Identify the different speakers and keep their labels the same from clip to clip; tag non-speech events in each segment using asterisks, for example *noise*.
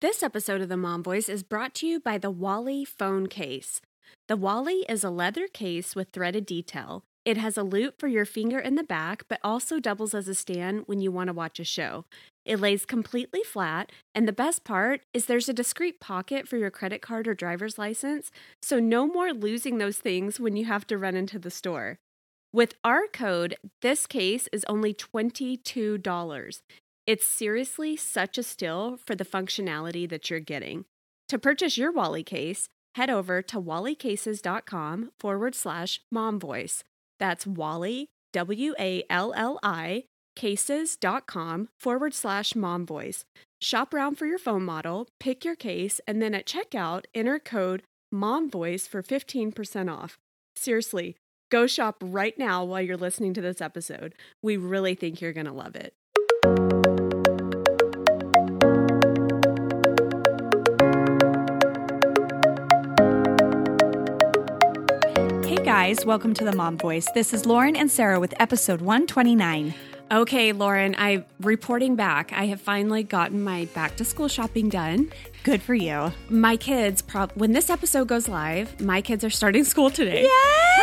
Speaker 1: This episode of the Mom Voice is brought to you by the Wally phone case. The Wally is a leather case with threaded detail. It has a loop for your finger in the back, but also doubles as a stand when you want to watch a show. It lays completely flat, and the best part is there's a discreet pocket for your credit card or driver's license, so no more losing those things when you have to run into the store. With our code, this case is only $22. It's seriously such a steal for the functionality that you're getting. To purchase your Wally case, head over to wallycases.com forward slash momvoice. That's Wally, W A L L I, cases.com forward slash momvoice. Shop around for your phone model, pick your case, and then at checkout, enter code momvoice for 15% off. Seriously, go shop right now while you're listening to this episode. We really think you're going to love it.
Speaker 2: Hey guys, welcome to the Mom Voice. This is Lauren and Sarah with episode 129.
Speaker 1: Okay, Lauren, I reporting back. I have finally gotten my back to school shopping done.
Speaker 2: Good for you.
Speaker 1: My kids, prob- when this episode goes live, my kids are starting *laughs* school today. Yeah!
Speaker 2: *laughs*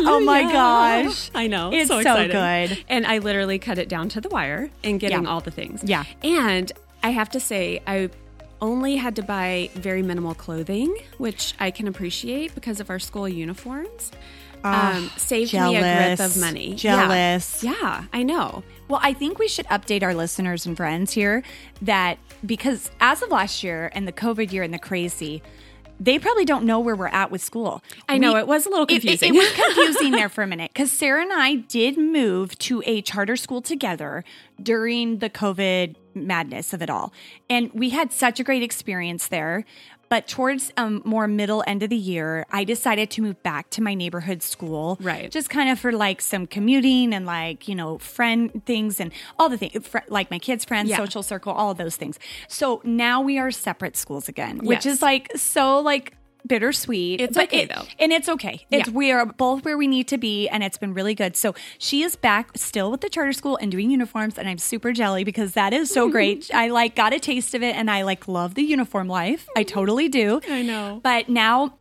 Speaker 2: Oh my gosh.
Speaker 1: *laughs* I know.
Speaker 2: It's so
Speaker 1: excited.
Speaker 2: good.
Speaker 1: And I literally cut it down to the wire and getting
Speaker 2: Yeah.
Speaker 1: all the things.
Speaker 2: Yeah.
Speaker 1: And I have to say, I only had to buy very minimal clothing, which I can appreciate because of our school uniforms. um, saved me a grip
Speaker 2: Ah, jealous.
Speaker 1: of money. Yeah.
Speaker 2: Jealous.
Speaker 1: yeah I know.
Speaker 2: Well, I think we should update our listeners and friends here that because as of last year and the COVID year and the crazy, they probably don't know where we're at with school.
Speaker 1: I know
Speaker 2: We-
Speaker 1: it was a little
Speaker 2: It- it-
Speaker 1: confusing. *laughs*
Speaker 2: It, was confusing there for a minute because Sarah and I did move to a charter school together during the COVID madness of it all. And we had such a great experience there. But towards um, more middle end of the year, I decided to move back to my neighborhood school.
Speaker 1: Right.
Speaker 2: Just kind of for like some commuting and like, you know, friend things and all the things, fr- like my kids' friends,
Speaker 1: Yeah.
Speaker 2: social circle, all of those things. So now we are separate schools again, which
Speaker 1: Yes.
Speaker 2: is like so like bittersweet.
Speaker 1: It's okay,
Speaker 2: it-
Speaker 1: though.
Speaker 2: and it's okay. It's
Speaker 1: Yeah.
Speaker 2: we are both where we need to be, and it's been really good. So she is back still with the charter school and doing uniforms, and I'm super jelly because that is so
Speaker 1: *laughs*
Speaker 2: great. I like got a taste of it, and I like love the uniform life. I totally do.
Speaker 1: I know.
Speaker 2: But now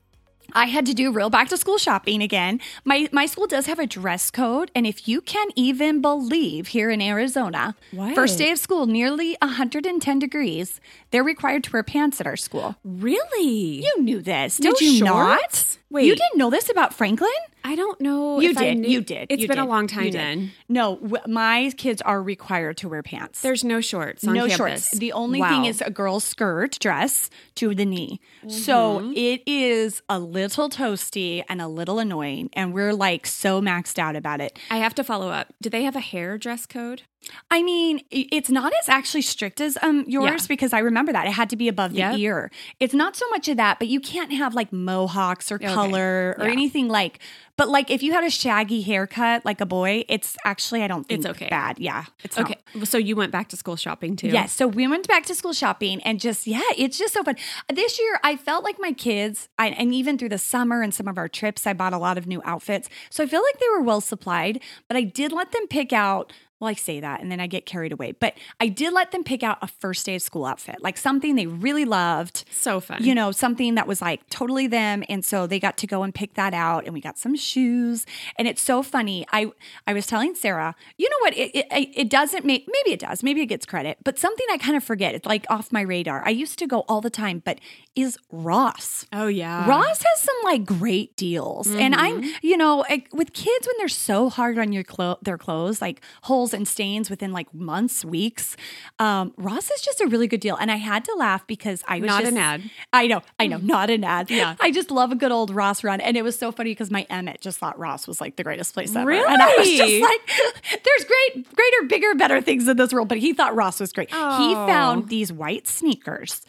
Speaker 2: I had to do real back to school shopping again. My my school does have a dress code, and if you can even believe, here in Arizona,
Speaker 1: What?
Speaker 2: first day of school, nearly 110 degrees, they're required to wear pants at our school.
Speaker 1: Really?
Speaker 2: You knew this,
Speaker 1: No
Speaker 2: did you
Speaker 1: shorts?
Speaker 2: not?
Speaker 1: Wait.
Speaker 2: you didn't know this about Franklin?
Speaker 1: I don't know.
Speaker 2: You
Speaker 1: if I
Speaker 2: did.
Speaker 1: knew-
Speaker 2: you did.
Speaker 1: It's
Speaker 2: It's
Speaker 1: been a long time then.
Speaker 2: No, w- my kids are required to wear pants.
Speaker 1: There's no shorts on
Speaker 2: no
Speaker 1: campus.
Speaker 2: shorts. The only
Speaker 1: Wow.
Speaker 2: thing is a girl's skirt dress to the knee.
Speaker 1: Mm-hmm.
Speaker 2: So it is a little toasty and a little annoying. And we're like so maxed out about it.
Speaker 1: I have to follow up. Do they have a hair dress code?
Speaker 2: I mean, i- it's not as actually strict as um yours
Speaker 1: Yeah.
Speaker 2: because I remember that it had to be above the
Speaker 1: Yep.
Speaker 2: ear. It's not so much of that, but you can't have like mohawks or color or
Speaker 1: Yeah.
Speaker 2: anything like. But like if you had a shaggy haircut like a boy, it's actually I don't think
Speaker 1: It's okay.
Speaker 2: bad. Yeah, it's okay.
Speaker 1: Okay. So you went back to school shopping too?
Speaker 2: Oh. Yes. So we went back to school shopping and just, yeah, it's just so fun. This year, I felt like my kids, I, and even through the summer and some of our trips, I bought a lot of new outfits. So I feel like they were well supplied, but I did let them pick out. Well, I say that and then I get carried away, but I did let them pick out a first day of school outfit, like something they really loved
Speaker 1: So fun.
Speaker 2: you know, something that was like totally them. And so they got to go and pick that out and we got some shoes. And it's so funny. I I was telling Sarah, you know what? It it, I- it doesn't make maybe it does, maybe it gets credit, but something I kind of forget. It's like off my radar. I used to go all the time, but is Ross.
Speaker 1: Oh yeah. Mm-hmm.
Speaker 2: Ross has some like great deals, and I'm you know like, with kids when they're so hard on your clo- their clothes, like holes and stains within like months, weeks. Um, Ross is just a really good deal, and I had to laugh because I was
Speaker 1: Not
Speaker 2: just-
Speaker 1: an ad. Mm-hmm.
Speaker 2: I know, I know, not an ad. Yeah, I just love a good old Ross run, and it was so funny because my Emmett just thought Ross was like the greatest place ever, and I was just
Speaker 1: Really?
Speaker 2: like, *laughs* "There's great, greater, bigger, better things in this world," but he thought Ross was great. He
Speaker 1: Oh.
Speaker 2: found these white sneakers.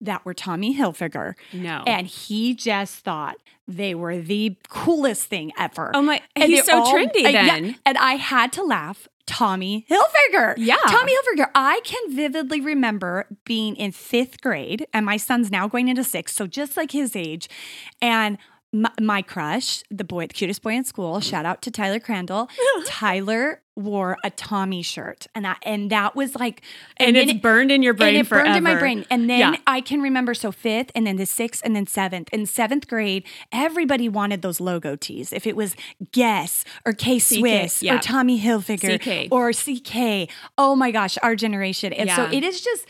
Speaker 2: That were Tommy Hilfiger.
Speaker 1: No.
Speaker 2: And he just thought they were the coolest thing ever.
Speaker 1: Oh my-
Speaker 2: And
Speaker 1: he's
Speaker 2: they're
Speaker 1: so trendy
Speaker 2: and yeah,
Speaker 1: then.
Speaker 2: and I had to laugh. Tommy Hilfiger.
Speaker 1: Yeah.
Speaker 2: Tommy Hilfiger. I can vividly remember being in fifth grade, and my son's now going into sixth, so just like his age. And my, my crush, the boy, the cutest boy in school. Shout out to Tyler
Speaker 1: *laughs*
Speaker 2: Crandall. Tyler wore a Tommy shirt, and I, and that was like,
Speaker 1: and,
Speaker 2: then
Speaker 1: it's burned in your brain
Speaker 2: and it
Speaker 1: forever.
Speaker 2: burned in my brain. And then
Speaker 1: Yeah.
Speaker 2: I can remember so fifth, and then the sixth, and then seventh, and seventh grade. Everybody wanted those logo tees. If it was Guess or K Swiss
Speaker 1: yeah.
Speaker 2: or Tommy Hilfiger
Speaker 1: CK.
Speaker 2: or CK. Oh my gosh, our generation. And so
Speaker 1: Yeah.
Speaker 2: it is just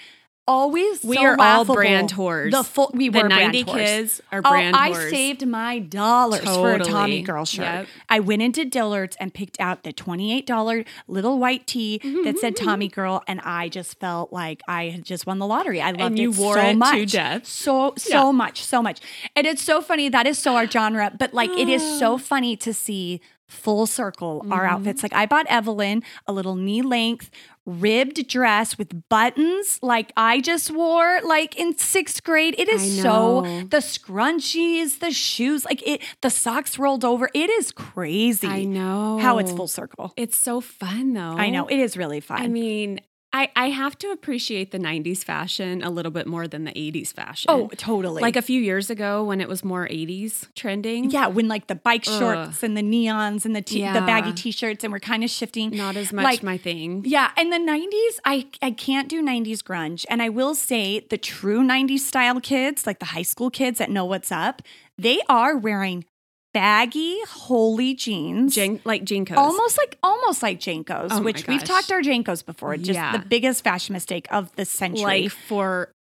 Speaker 2: always
Speaker 1: We
Speaker 2: so
Speaker 1: are all
Speaker 2: laughable.
Speaker 1: brand whores.
Speaker 2: The full we
Speaker 1: The
Speaker 2: were brand
Speaker 1: 90
Speaker 2: whores.
Speaker 1: kids are
Speaker 2: Oh,
Speaker 1: brand
Speaker 2: I
Speaker 1: whores.
Speaker 2: saved my dollars for a
Speaker 1: Totally.
Speaker 2: Tommy girl shirt.
Speaker 1: Yep.
Speaker 2: I went into Dillard's and picked out the $28 little white tee that
Speaker 1: Mm-hmm.
Speaker 2: said Tommy Girl, and I just felt like I had just won the lottery. I loved
Speaker 1: And you
Speaker 2: it
Speaker 1: wore
Speaker 2: so
Speaker 1: it to
Speaker 2: much.
Speaker 1: death.
Speaker 2: So, so much, so much. And it's so funny. That is so our genre, but like it is
Speaker 1: *gasps*
Speaker 2: so funny to see full circle our
Speaker 1: Mm-hmm.
Speaker 2: outfits. Like I bought Evelyn a little knee length ribbed dress with buttons like I just wore like in 6th grade. It is
Speaker 1: I
Speaker 2: so
Speaker 1: know.
Speaker 2: the scrunchies, the shoes, like it the socks rolled over. It is crazy
Speaker 1: I know
Speaker 2: how it's full circle.
Speaker 1: It's so fun though.
Speaker 2: I know. It is really fun.
Speaker 1: I mean, I I have to appreciate the '90s fashion a little bit more than the '80s fashion.
Speaker 2: oh, totally.
Speaker 1: like um, a few years ago when it was more '80s trending.
Speaker 2: yeah, when like the bike
Speaker 1: Ugh.
Speaker 2: shorts and the neons and the t- the baggy
Speaker 1: Yeah.
Speaker 2: t-shirts and we're kind of shifting
Speaker 1: not as much
Speaker 2: Like-
Speaker 1: my thing.
Speaker 2: Yeah, and the 90s, I I can't do 90s grunge. And I will say the true 90s style kids, like the high school kids that know what's up, they are wearing baggy holy jeans.
Speaker 1: Jen, like Jinkos.
Speaker 2: Almost like almost like Jankos,
Speaker 1: Oh my
Speaker 2: which we've
Speaker 1: gosh.
Speaker 2: talked our Jankos before. Just
Speaker 1: Yeah.
Speaker 2: the biggest fashion mistake of the century.
Speaker 1: like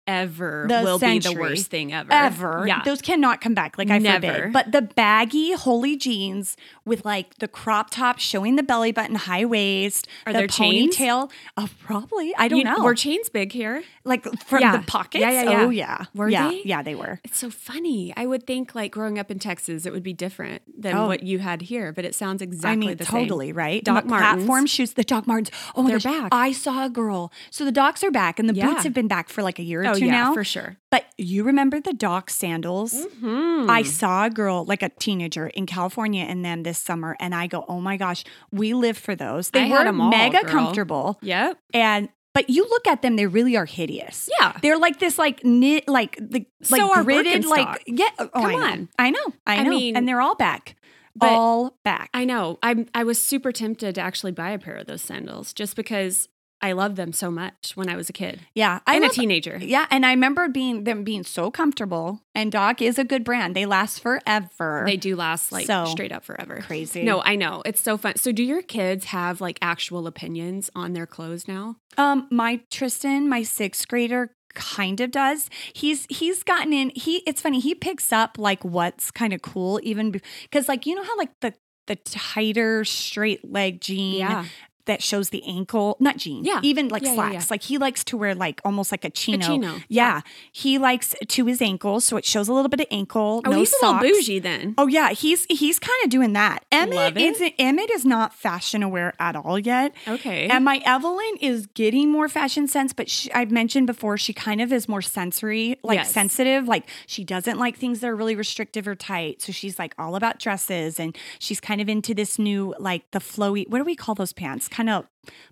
Speaker 1: forever
Speaker 2: The
Speaker 1: will be the
Speaker 2: century.
Speaker 1: worst thing ever.
Speaker 2: ever.
Speaker 1: Yeah.
Speaker 2: Those cannot come back. Like I
Speaker 1: Never.
Speaker 2: forbid. But the baggy holy jeans with like the crop top showing the belly button, high waist,
Speaker 1: Are
Speaker 2: the
Speaker 1: there chains?
Speaker 2: ponytail. Oh, probably. I don't
Speaker 1: You-
Speaker 2: know.
Speaker 1: Were chains big here?
Speaker 2: like from
Speaker 1: Yeah.
Speaker 2: the pockets.
Speaker 1: Yeah, yeah, yeah.
Speaker 2: Oh yeah.
Speaker 1: Were
Speaker 2: yeah,
Speaker 1: they?
Speaker 2: Yeah, they were.
Speaker 1: It's so funny. I would think like growing up in Texas, it would be different than
Speaker 2: Oh.
Speaker 1: what you had here, but it sounds exactly
Speaker 2: I mean,
Speaker 1: the
Speaker 2: totally
Speaker 1: same.
Speaker 2: right.
Speaker 1: Doc
Speaker 2: the
Speaker 1: Martens.
Speaker 2: platform shoes. The Doc Martens. Oh my
Speaker 1: They're
Speaker 2: gosh,
Speaker 1: back.
Speaker 2: I saw a girl. So the Docs are back, and the
Speaker 1: Yeah.
Speaker 2: boots have been back for like a year or
Speaker 1: Oh
Speaker 2: two
Speaker 1: yeah,
Speaker 2: now.
Speaker 1: for sure.
Speaker 2: But you remember the Doc sandals? I
Speaker 1: Mm-hmm.
Speaker 2: saw a girl, like a teenager in California, in them this summer, and I go, "Oh my gosh, we live for those." They
Speaker 1: I had
Speaker 2: were
Speaker 1: 'em all,
Speaker 2: mega
Speaker 1: girl.
Speaker 2: comfortable,
Speaker 1: Yep.
Speaker 2: and but you look at them, they really are hideous.
Speaker 1: Yeah.
Speaker 2: They're like this, like knit, like the
Speaker 1: So
Speaker 2: like
Speaker 1: are
Speaker 2: gridded,
Speaker 1: Birkenstock.
Speaker 2: like yeah. Oh,
Speaker 1: Come
Speaker 2: I know.
Speaker 1: on.
Speaker 2: I know, I
Speaker 1: I
Speaker 2: know,
Speaker 1: mean,
Speaker 2: and they're all back,
Speaker 1: but
Speaker 2: all back.
Speaker 1: I know. I I was super tempted to actually buy a pair of those sandals just because I loved them so much when I was a kid
Speaker 2: yeah, I
Speaker 1: and a
Speaker 2: love-
Speaker 1: teenager.
Speaker 2: Yeah, and I remember being them being so comfortable. And Doc is a good brand; they last forever.
Speaker 1: They do last like
Speaker 2: So
Speaker 1: straight up forever.
Speaker 2: crazy.
Speaker 1: No, I know. It's so fun. So do your kids have like actual opinions on their clothes now?
Speaker 2: Um, my Tristan, my sixth grader, kind of does. He's he's gotten in. He it's funny. He picks up like what's kind of cool, even because like you know how like the the tighter straight leg jean. That shows the ankle, not jean,
Speaker 1: Yeah.
Speaker 2: even like
Speaker 1: Yeah, yeah,
Speaker 2: slacks.
Speaker 1: yeah.
Speaker 2: Like he likes to wear like almost like a chino.
Speaker 1: chino.
Speaker 2: Yeah, he likes to his ankles, so it shows a little bit of ankle.
Speaker 1: Oh,
Speaker 2: no
Speaker 1: he's a
Speaker 2: socks.
Speaker 1: little bougie then.
Speaker 2: Oh yeah, he's he's kind of doing that.
Speaker 1: Love
Speaker 2: Emmett
Speaker 1: it. Oh,
Speaker 2: is Emmett is not fashion aware at all yet.
Speaker 1: Okay.
Speaker 2: Oh, And my Evelyn is getting more fashion sense, but she, I've mentioned before she kind of is more sensory, like
Speaker 1: Yes.
Speaker 2: sensitive. Like she doesn't like things that are really restrictive or tight. So she's like all about dresses, and she's kind of into this new like the flowy. What do we call those pants? Kind of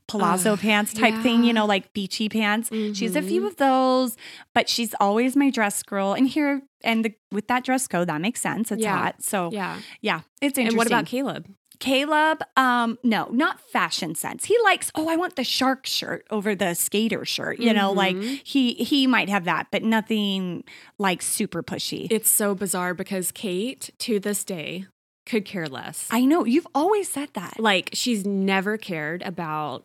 Speaker 2: palazzo pants type thing,
Speaker 1: yeah. Mm-hmm.
Speaker 2: you know, like beachy pants. She has a few of those, but she's always my dress girl. And here and the, with that dress code, that makes sense. It's
Speaker 1: Yeah.
Speaker 2: hot, so yeah,
Speaker 1: yeah.
Speaker 2: it's interesting.
Speaker 1: And what about Caleb?
Speaker 2: Caleb, um, no, not fashion sense. He likes, oh, I want the shark shirt over the skater shirt. You know, like
Speaker 1: Mm-hmm.
Speaker 2: he he might have that, but nothing like super pushy.
Speaker 1: It's so bizarre because Kate, to this day, could care less.
Speaker 2: I know you've always said that.
Speaker 1: like, she's never cared about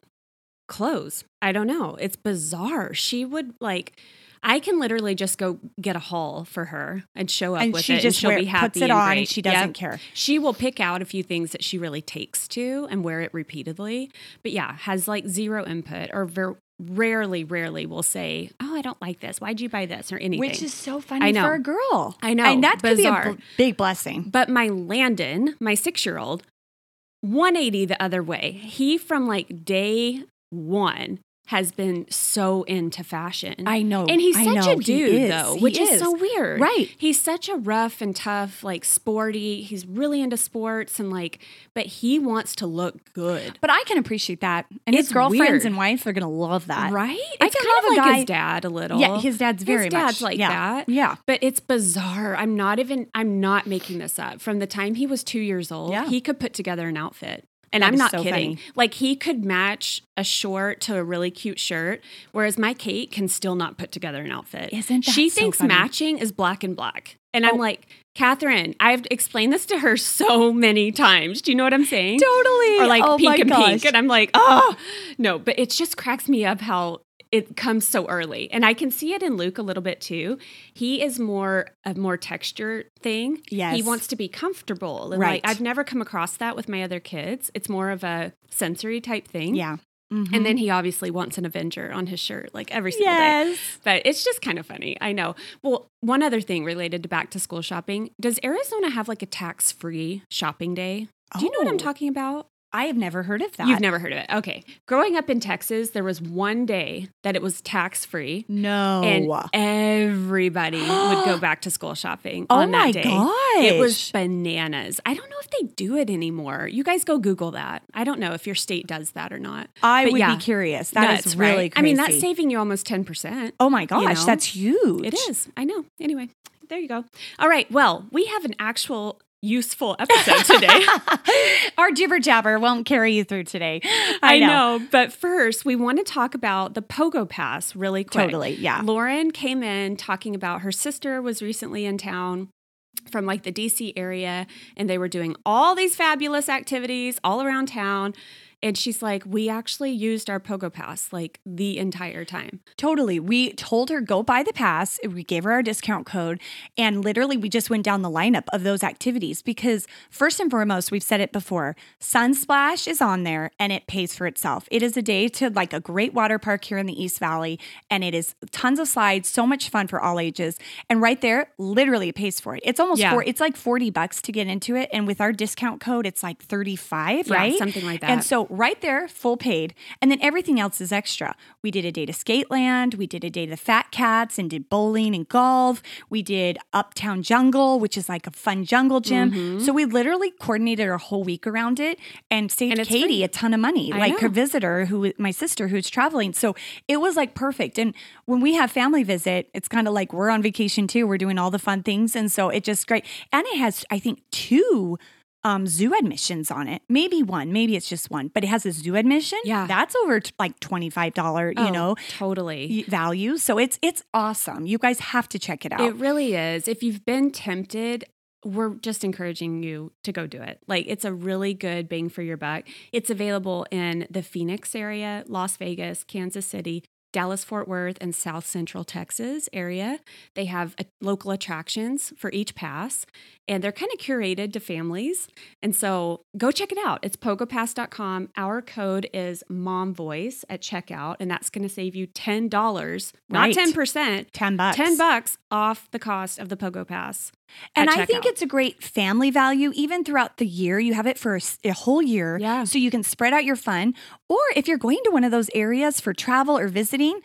Speaker 1: clothes. I don't know. It's bizarre. She would, like, I can literally just go get a haul for her and show up
Speaker 2: And
Speaker 1: with
Speaker 2: she
Speaker 1: it, and
Speaker 2: just
Speaker 1: she'll
Speaker 2: wear-
Speaker 1: be happy.
Speaker 2: puts it
Speaker 1: and
Speaker 2: on and
Speaker 1: great.
Speaker 2: she doesn't
Speaker 1: Yep.
Speaker 2: care.
Speaker 1: She will pick out a few things that she really takes to and wear it repeatedly. But yeah, has like zero input or ver- rarely, rarely will say, "Oh, I don't like this. Why'd you buy this?" or anything.
Speaker 2: Which is so funny
Speaker 1: I know.
Speaker 2: for a girl.
Speaker 1: I know.
Speaker 2: And that could be
Speaker 1: Bizarre.
Speaker 2: a bl- big blessing.
Speaker 1: But my Landon, my six year old, 180 the other way. He from like day one has been so into fashion.
Speaker 2: I know.
Speaker 1: And he's
Speaker 2: I
Speaker 1: such
Speaker 2: know,
Speaker 1: a
Speaker 2: he
Speaker 1: dude,
Speaker 2: is,
Speaker 1: though,
Speaker 2: he
Speaker 1: which is.
Speaker 2: is.
Speaker 1: so weird.
Speaker 2: Right.
Speaker 1: He's such a rough and tough, like sporty. He's really into sports and like, but he wants to look good.
Speaker 2: But I can appreciate that. And his
Speaker 1: It's
Speaker 2: girlfriends
Speaker 1: weird.
Speaker 2: and wife are going to love that.
Speaker 1: Right?
Speaker 2: I
Speaker 1: It's
Speaker 2: kind
Speaker 1: kind of
Speaker 2: of a
Speaker 1: like
Speaker 2: guy-
Speaker 1: his dad a little.
Speaker 2: Yeah, his dad's very
Speaker 1: his
Speaker 2: much.
Speaker 1: dad's like
Speaker 2: yeah.
Speaker 1: that.
Speaker 2: Yeah.
Speaker 1: But it's bizarre. I'm not even I'm not making this up. From the time he was 2 years old,
Speaker 2: Yeah.
Speaker 1: he could put together an outfit. And
Speaker 2: That
Speaker 1: I'm
Speaker 2: is
Speaker 1: not
Speaker 2: so
Speaker 1: kidding.
Speaker 2: funny.
Speaker 1: Like he could match a short to a really cute shirt, whereas my Kate can still not put together an outfit.
Speaker 2: Isn't that
Speaker 1: she
Speaker 2: so
Speaker 1: thinks
Speaker 2: funny? Oh.
Speaker 1: matching is black and black. And I'm like, Catherine, I've explained this to her *laughs* so many times. Do you know what I'm saying?
Speaker 2: Totally. *laughs*
Speaker 1: or like
Speaker 2: oh my
Speaker 1: pink and
Speaker 2: gosh.
Speaker 1: pink. And I'm like, oh no, but it just cracks me up how it comes so early. And I can see it in Luke a little bit too. He is more a more texture thing.
Speaker 2: Yes.
Speaker 1: He wants to be comfortable. And
Speaker 2: Right.
Speaker 1: like I've never come across that with my other kids. It's more of a sensory type thing.
Speaker 2: Yeah. Mm-hmm.
Speaker 1: And then he obviously wants an Avenger on his shirt like every single day.
Speaker 2: yes.
Speaker 1: But it's just kind of funny. I know. Well, one other thing related to back to school shopping does Arizona have like a tax free shopping day? Do you know what
Speaker 2: Oh.
Speaker 1: I'm talking about?
Speaker 2: I have never heard of that.
Speaker 1: You've never heard of it. Okay. Growing up in Texas, there was one day that it was tax free.
Speaker 2: No.
Speaker 1: And
Speaker 2: *gasps*
Speaker 1: everybody would go back to school shopping
Speaker 2: oh
Speaker 1: on that
Speaker 2: my
Speaker 1: day.
Speaker 2: gosh.
Speaker 1: It was bananas. I don't know if they do it anymore. You guys go Google that. I don't know if your state does that or not.
Speaker 2: I
Speaker 1: but
Speaker 2: would
Speaker 1: yeah.
Speaker 2: be curious. Oh, That is
Speaker 1: Nuts, right?
Speaker 2: really
Speaker 1: I mean, that's
Speaker 2: crazy.
Speaker 1: saving you almost 10%.
Speaker 2: Oh my gosh,
Speaker 1: know?
Speaker 2: that's huge.
Speaker 1: It
Speaker 2: *laughs*
Speaker 1: is. I know. Anyway, there you go. All right. Well, we have an actual useful episode today.
Speaker 2: Our jibber jabber won't carry you through today. *laughs* I,
Speaker 1: I know. But first, we want to talk about the Pogo Pass really quick.
Speaker 2: Totally. Yeah.
Speaker 1: Lauren came in talking about her sister was recently in town from like the DC area and they were doing all these fabulous activities all around town. And she's like, we actually used our Pogo Pass like the entire time.
Speaker 2: Totally. We told her go buy the pass. We gave her our discount code. And literally, we just went down the lineup of those activities because, first and foremost, we've said it before Sunsplash is on there and it pays for itself. It is a day to like a great water park here in the East Valley. And it is tons of slides, so much fun for all ages. And right there, literally, it pays for it. It's almost
Speaker 1: Yeah.
Speaker 2: four, it's like 40 bucks to get into it. And with our discount code, it's like 35,
Speaker 1: Yeah,
Speaker 2: right?
Speaker 1: something like
Speaker 2: And
Speaker 1: that.
Speaker 2: so right there, full paid. And then everything else is extra. We did a day to Skateland. We did a day to the Fat Cats and did bowling and golf. We did Uptown Jungle, which is like a fun jungle gym.
Speaker 1: Mm-hmm.
Speaker 2: So we literally coordinated our whole week around it and saved
Speaker 1: And it's
Speaker 2: Katie
Speaker 1: free.
Speaker 2: a ton of money, like her
Speaker 1: know.
Speaker 2: visitor, who my sister who's traveling. So it was like perfect. And when we have family visit, it's kind of like we're on vacation too. We're doing all the fun things. And so it just great. And it has, I think, two um, zoo admissions on it. Maybe one, maybe it's just one, but it has a zoo admission.
Speaker 1: Yeah.
Speaker 2: That's over t- like $25, you
Speaker 1: Oh,
Speaker 2: know,
Speaker 1: totally.
Speaker 2: y- value. So it's, it's awesome. You guys have to check it out.
Speaker 1: It really is. If you've been tempted, we're just encouraging you to go do it. Like it's a really good bang for your buck. It's available in the Phoenix area, Las Vegas, Kansas City, Dallas Fort Worth, and South Central Texas area. They have uh, local attractions for each pass, and they're kind of curated to families. And so go check it out. It's pogopass.com. Our code is momvoice at checkout, and that's going to save you $10, not
Speaker 2: Right.
Speaker 1: 10%.
Speaker 2: 10 bucks.
Speaker 1: 10 bucks off the cost of the Pogo Pass. at
Speaker 2: And I think
Speaker 1: checkout.
Speaker 2: it's a great family value, even throughout the year. You have it for a, s- a whole year.
Speaker 1: Yeah.
Speaker 2: So you can spread out your fun. Or if you're going to one of those areas for travel or visiting,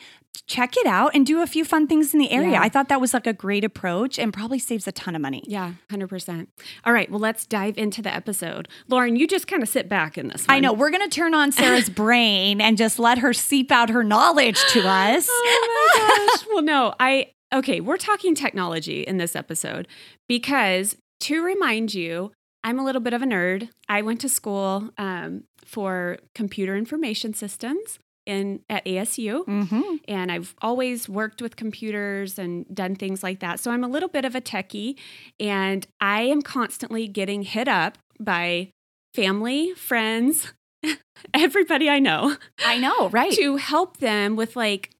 Speaker 2: check it out and do a few fun things in the area.
Speaker 1: Yeah.
Speaker 2: I thought that was like a great approach and probably saves a ton of money.
Speaker 1: Yeah, 100%. All right, well, let's dive into the episode. Lauren, you just kind of sit back in this one.
Speaker 2: I know. We're going to turn on *laughs* Sarah's brain and just let her seep out her knowledge to *gasps* us.
Speaker 1: *laughs* Oh my gosh. well, no, I, okay, we're talking technology in this episode because to remind you, I'm a little bit of a nerd. I went to school um, for computer information systems in at ASU.
Speaker 2: hmm
Speaker 1: and I've always worked with computers and done things like that. So I'm a little bit of a techie and I am constantly getting hit up by family, friends, *laughs* everybody I know
Speaker 2: I know, right?
Speaker 1: to help them with like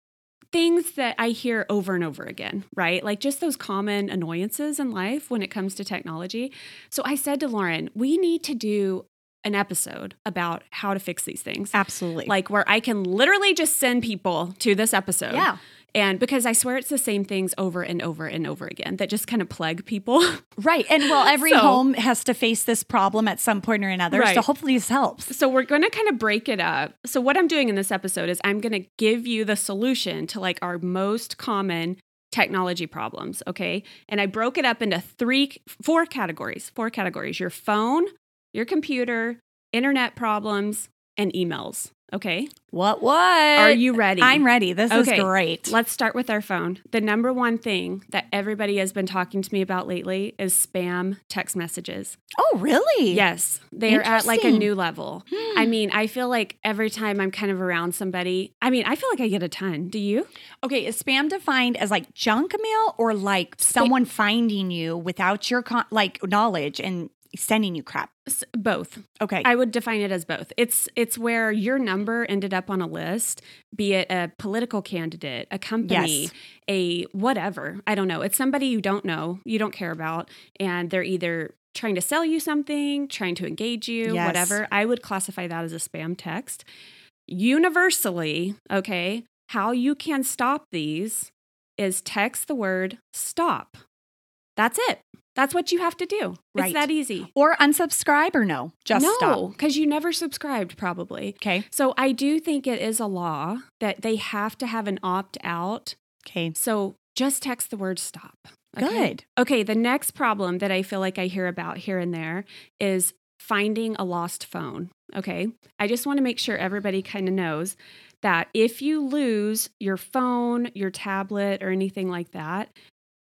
Speaker 1: things that I hear over and over again, right? Like just those common annoyances in life when it comes to technology. So I said to Lauren, we need to do an episode about how to fix these things.
Speaker 2: Absolutely.
Speaker 1: Like where I can literally just send people to this episode
Speaker 2: yeah.
Speaker 1: And because I swear it's the same things over and over and over again that just kind of plague people. *laughs*
Speaker 2: Right. And well, every
Speaker 1: So-
Speaker 2: home has to face this problem at some point or another. So
Speaker 1: Right.
Speaker 2: hopefully this helps.
Speaker 1: So we're going to kind of break it up. So what I'm doing in this episode is I'm going to give you the solution to like our most common technology problems, okay? And I broke it up into three four categories. Four categories: your phone, your computer, internet problems, and emails, okay?
Speaker 2: What, what?
Speaker 1: Are you ready?
Speaker 2: I'm ready. This
Speaker 1: Okay.
Speaker 2: is great.
Speaker 1: Let's start with our phone. The number one thing that everybody has been talking to me about lately is spam text messages.
Speaker 2: Oh, really?
Speaker 1: Yes, they are at like a
Speaker 2: Interesting.
Speaker 1: new level.
Speaker 2: Hmm.
Speaker 1: I mean, I feel like every time I'm kind of around somebody, I mean, I feel like I get a ton. Do you?
Speaker 2: Okay, is spam defined as like junk mail or like someone finding you without your con- like knowledge and sending you crap?
Speaker 1: S- Both.
Speaker 2: Okay.
Speaker 1: I would define it as both. It's it's where your number ended up on a list, be it a political candidate, a company,
Speaker 2: Yes.
Speaker 1: a whatever. I don't know. It's somebody you don't know, you don't care about, and they're either trying to sell you something, trying to engage you,
Speaker 2: Yes.
Speaker 1: whatever. I would classify that as a spam text. Universally, okay, how you can stop these is text the word stop. That's it. That's what you have to do.
Speaker 2: Right.
Speaker 1: It's that easy
Speaker 2: or unsubscribe or no? Just stop.
Speaker 1: because you never subscribed, probably.
Speaker 2: Okay.
Speaker 1: So I do think it is a law that they have to have an opt out.
Speaker 2: Okay.
Speaker 1: So just text the word stop. okay?
Speaker 2: Good.
Speaker 1: Okay. The next problem that I feel like I hear about here and there is finding a lost phone. Okay. I just want to make sure everybody kind of knows that if you lose your phone, your tablet, or anything like that,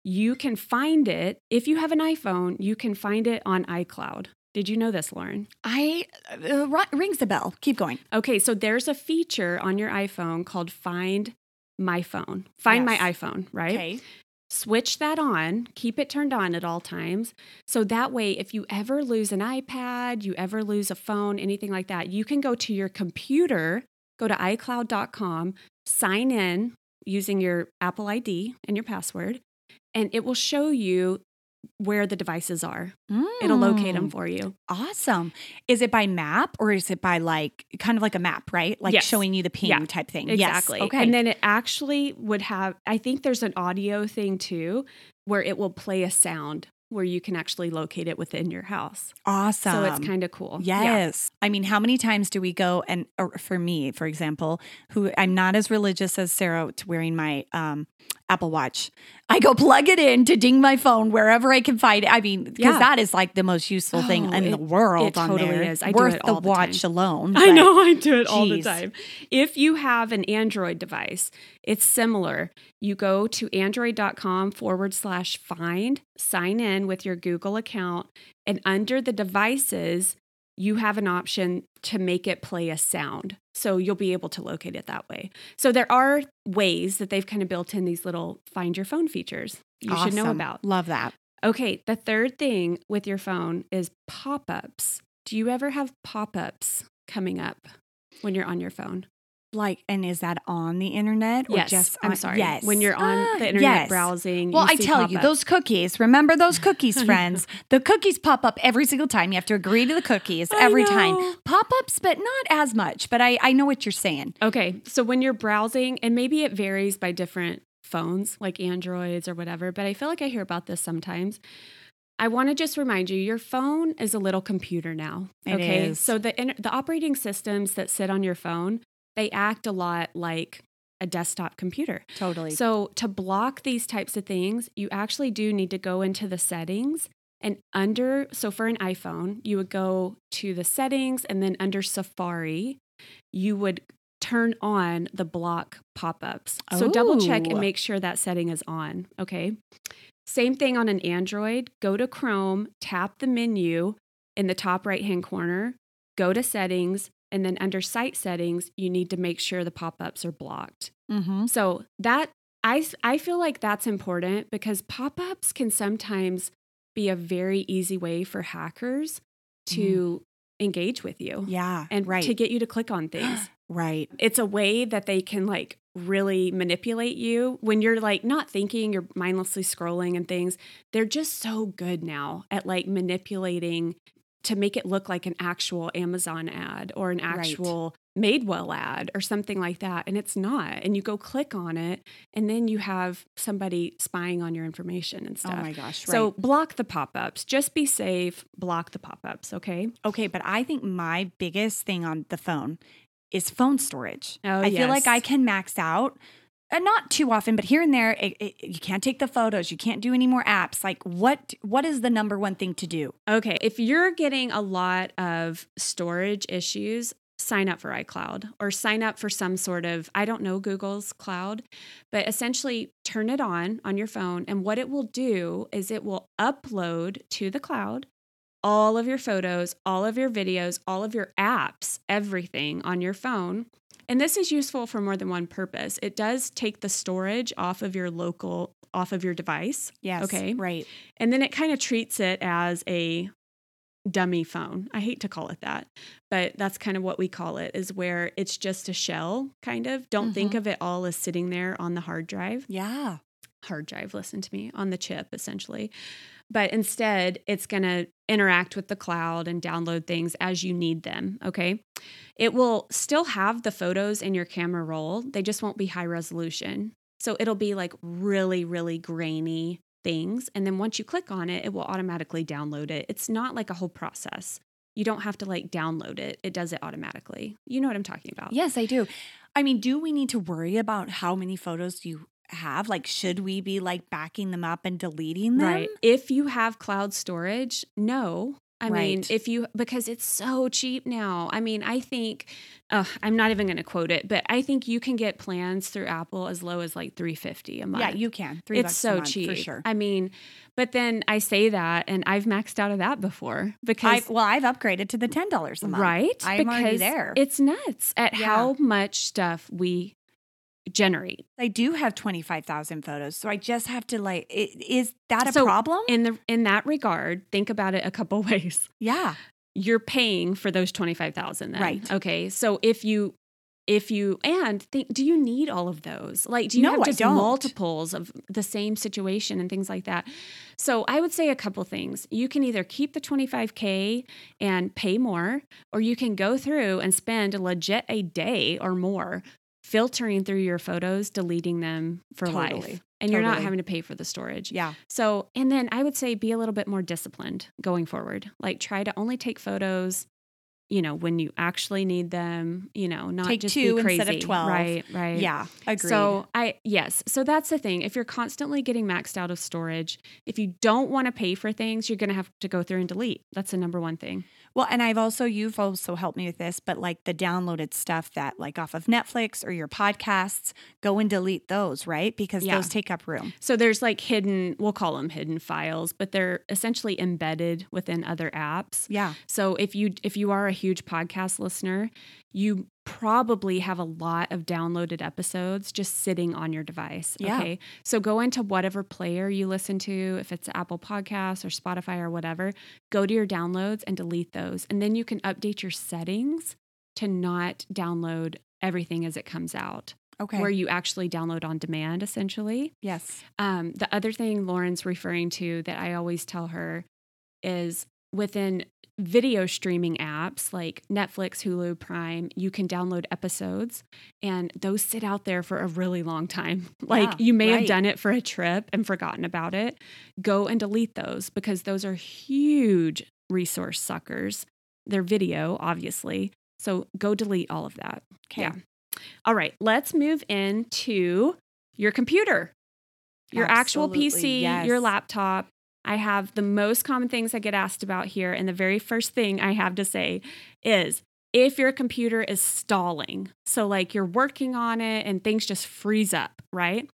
Speaker 1: you can find it. If you have an iPhone, you can find it on iCloud. Did you know this, Lauren?
Speaker 2: I uh, ri- rings the bell. Keep going.
Speaker 1: Okay, so there's a feature on your iPhone called Find My Phone. Find My
Speaker 2: Yes.
Speaker 1: iPhone, right? Switch that on, keep it turned on at all times. So that way, if you ever lose an iPad, you ever lose a phone, anything like that, you can go to your computer, go to iCloud.com, sign in using your Apple ID and your password, and it will show you where the devices are. It'll locate them
Speaker 2: Mm.
Speaker 1: for you.
Speaker 2: Awesome. Is it by map or is it by like kind of like a map, right? Like
Speaker 1: Yes.
Speaker 2: showing you the ping
Speaker 1: Yeah.
Speaker 2: type thing.
Speaker 1: Exactly.
Speaker 2: Yes. Okay.
Speaker 1: And then it actually would have, I think there's an audio thing too, where it will play a sound where you can actually locate it within your house.
Speaker 2: awesome.
Speaker 1: so it's kind of cool. Yeah.
Speaker 2: Yes. I mean, how many times do we go and or for me, for example, who I'm not as religious as Sarah to wearing my um Apple Watch. I go plug it in to ding my phone wherever I can find it. I mean, because
Speaker 1: Yeah.
Speaker 2: that is like the most useful thing
Speaker 1: Oh,
Speaker 2: in
Speaker 1: it-
Speaker 2: the world
Speaker 1: it
Speaker 2: on
Speaker 1: totally
Speaker 2: there.
Speaker 1: is. I do
Speaker 2: Worth
Speaker 1: it all
Speaker 2: the
Speaker 1: the
Speaker 2: watch
Speaker 1: time.
Speaker 2: alone.
Speaker 1: I
Speaker 2: but-
Speaker 1: know I do it all the
Speaker 2: Jeez.
Speaker 1: time. If you have an Android device, it's similar. You go to android.com forward slash find, sign in with your Google account, and under the devices, you have an option to make it play a sound. So you'll be able to locate it that way. So there are ways that they've kind of built in these little find your phone features you should know
Speaker 2: Awesome.
Speaker 1: about.
Speaker 2: Love that.
Speaker 1: Okay, the third thing with your phone is pop ups. Do you ever have pop ups coming up when you're on your phone?
Speaker 2: Like, and is that on the internet or just
Speaker 1: I'm
Speaker 2: on-
Speaker 1: sorry.
Speaker 2: Yes.
Speaker 1: When you're on
Speaker 2: Ah,
Speaker 1: the internet
Speaker 2: yes.
Speaker 1: browsing.
Speaker 2: Well, I
Speaker 1: see
Speaker 2: tell you,
Speaker 1: pop-ups.
Speaker 2: those cookies, remember those
Speaker 1: I
Speaker 2: cookies, *laughs*
Speaker 1: know.
Speaker 2: friends. the cookies pop up every single time. You have to agree to the cookies
Speaker 1: I
Speaker 2: every time.
Speaker 1: know.
Speaker 2: Pop ups, but not as much. But I, I know what you're saying.
Speaker 1: Okay, so when you're browsing, and maybe it varies by different phones, like Androids or whatever, but I feel like I hear about this sometimes. I want to just remind you, your phone is a little computer now.
Speaker 2: It
Speaker 1: okay,
Speaker 2: is.
Speaker 1: so the inter- the operating systems that sit on your phone, they act a lot like a desktop computer.
Speaker 2: Totally. So,
Speaker 1: So, to block these types of things, you actually do need to go into the settings and under, so for an iPhone, you would go to the settings and then under Safari, you would turn on the block pop ups. So, double check
Speaker 2: Oh.
Speaker 1: and make sure that setting is on. Okay. Same thing on an Android. Go to Chrome, tap the menu in the top right hand corner, go to settings, and then under site settings, you need to make sure the pop ups are blocked.
Speaker 2: mm-hmm.
Speaker 1: So that I s- I feel like that's important because pop-ups can sometimes be a very easy way for hackers to engage with you
Speaker 2: Yeah.
Speaker 1: and
Speaker 2: right.
Speaker 1: to get you to click on things.
Speaker 2: right. Oh
Speaker 1: it's a way that they can like really manipulate you when you're like not thinking, you're mindlessly scrolling and things. They're just so good now at like manipulating to make it look like an actual Amazon ad or an
Speaker 2: Right.
Speaker 1: actual Madewell ad or something like that, and it's not. And you go click on it, and then you have somebody spying on your information and stuff.
Speaker 2: Oh my gosh. Right.
Speaker 1: So block the pop ups. Just be safe. Block the pop ups. Okay.
Speaker 2: Okay, but I think my biggest thing on the phone is phone storage.
Speaker 1: Oh,
Speaker 2: I feel like
Speaker 1: yes.
Speaker 2: I can max out, and not too often, but here and there. It, it, you can't take the photos. You can't do any more apps. Like what? What is the number one thing to do?
Speaker 1: Okay. If you're getting a lot of storage issues, sign up for iCloud or sign up for some sort of, I don't know, Google's cloud, but essentially turn it on on your phone. And what it will do is it will upload to the cloud all of your photos, all of your videos, all of your apps, everything on your phone. And this is useful for more than one purpose. It does take the storage off of your local, off of your device.
Speaker 2: Yes.
Speaker 1: Okay.
Speaker 2: Right.
Speaker 1: And then it kind of treats it as a dummy phone. I hate to call it that, but that's kind of what we call it is where it's just a shell kind of. Don't think of it all as sitting there on the hard drive.
Speaker 2: Yeah.
Speaker 1: Hard drive, listen to me, on the chip essentially. But instead, it's going to interact with the cloud and download things as you need them, okay? It will still have the photos in your camera roll. They just won't be high resolution. So it'll be like really, really grainy things. And then once you click on it, it will automatically download it. It's not like a whole process. You don't have to like download it, it does it automatically. You know what I'm talking about.
Speaker 2: Uh, Yes, I do. I mean, do we need to worry about how many photos you have? Like, should we be like backing them up and deleting them?
Speaker 1: Right. If you have cloud storage, no. I mean,
Speaker 2: Right.
Speaker 1: if you, because it's so cheap now. I mean, I think, uh, I'm not even going to quote it, but I think you can get plans through Apple as low as like 350 a month.
Speaker 2: Yeah, you can. Three
Speaker 1: it's
Speaker 2: bucks
Speaker 1: so
Speaker 2: a month,
Speaker 1: cheap.
Speaker 2: for sure.
Speaker 1: I mean, but then I say that and I've maxed out of that before because
Speaker 2: I, well, I've upgraded to the ten dollars a month.
Speaker 1: Right?
Speaker 2: I'm already
Speaker 1: Because
Speaker 2: there.
Speaker 1: It's nuts at
Speaker 2: Yeah.
Speaker 1: how much stuff we generate.
Speaker 2: I do have twenty five thousand photos, so I just have to like. i- Is that a
Speaker 1: So,
Speaker 2: problem?
Speaker 1: In the in that regard, think about it a couple *laughs* ways.
Speaker 2: yeah.
Speaker 1: You're paying for those 25,000 then.
Speaker 2: Right.
Speaker 1: Okay. So if you if you and think do you need all of those? Like do you
Speaker 2: No,
Speaker 1: have
Speaker 2: I
Speaker 1: just
Speaker 2: don't.
Speaker 1: multiples of the same situation and things like that? So I would say a couple things. You can either keep the 25k and pay more or you can go through and spend legit a day or more filtering through your photos, deleting them for life.
Speaker 2: Totally.
Speaker 1: And you're not
Speaker 2: Totally.
Speaker 1: having to pay for the storage.
Speaker 2: Yeah.
Speaker 1: So, and then I would say be a little bit more disciplined going forward. Like try to only take photos, you know, when you actually need them, you know, not
Speaker 2: Take
Speaker 1: just
Speaker 2: two
Speaker 1: be crazy.
Speaker 2: instead of 12.
Speaker 1: Right, right.
Speaker 2: Yeah. Agreed.
Speaker 1: So I yes, so that's the thing. If you're constantly getting maxed out of storage, if you don't want to pay for things, you're going to have to go through and delete. That's the number one thing.
Speaker 2: Well, and I've also you've also helped me with this, but like the downloaded stuff that like off of Netflix or your podcasts, go and delete those, right? Because
Speaker 1: Yeah.
Speaker 2: those take up room.
Speaker 1: So there's like hidden, we'll call them hidden files, but they're essentially embedded within other apps.
Speaker 2: Yeah.
Speaker 1: So if you if you are a huge podcast listener, you probably have a lot of downloaded episodes just sitting on your device.
Speaker 2: Yeah.
Speaker 1: Okay. So go into whatever player you listen to, if it's Apple Podcasts or Spotify or whatever, go to your downloads and delete those. And then you can update your settings to not download everything as it comes out,
Speaker 2: Okay.
Speaker 1: where you actually download on demand essentially.
Speaker 2: yes.
Speaker 1: Um, the other thing Lauren's referring to that I always tell her is within video streaming apps like Netflix, Hulu, Prime, you can download episodes and those sit out there for a really long time. *laughs* Like
Speaker 2: Yeah,
Speaker 1: you may
Speaker 2: right.
Speaker 1: have done it for a trip and forgotten about it. Go and delete those because those are huge resource suckers. They're video, obviously. So go delete all of that.
Speaker 2: Okay.
Speaker 1: Yeah. All right, let's move into your computer, your actual
Speaker 2: Absolutely,
Speaker 1: PC,
Speaker 2: yes.
Speaker 1: your laptop. I have the most common things I get asked about here. And the very first thing I have to say is if your computer is stalling, so like you're working on it and things just freeze up, right?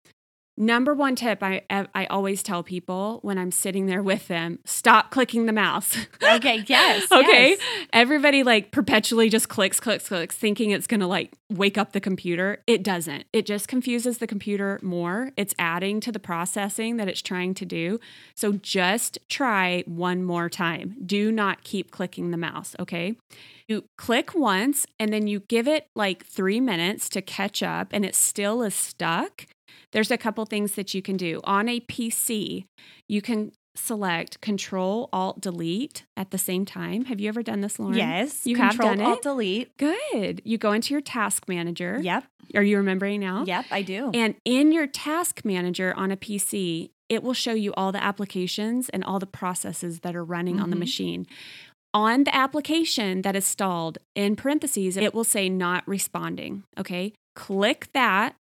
Speaker 1: Number one tip I, I always tell people when I'm sitting there with them stop clicking the mouse. *laughs*
Speaker 2: Okay. Yes.
Speaker 1: Okay.
Speaker 2: yes.
Speaker 1: Everybody like perpetually just clicks, clicks, clicks, thinking it's going to like wake up the computer. It doesn't. It just confuses the computer more. It's adding to the processing that it's trying to do. So just try one more time. Do not keep clicking the mouse. Okay. You click once and then you give it like three minutes to catch up and it still is stuck. There's a couple things that you can do. On a PC, you can select Control Alt Delete at the same time. Have you ever done this, Lauren?
Speaker 2: Yes.
Speaker 1: You have
Speaker 2: Control
Speaker 1: done it?
Speaker 2: Alt Delete.
Speaker 1: Good. You go into your task manager.
Speaker 2: Yep.
Speaker 1: Are you remembering now?
Speaker 2: Yep. I do.
Speaker 1: And in your task manager on a PC, it will show you all the applications and all the processes that are running on the
Speaker 2: Mhm.
Speaker 1: machine. On the application that is stalled, in parentheses, it will say not responding. Okay. Click that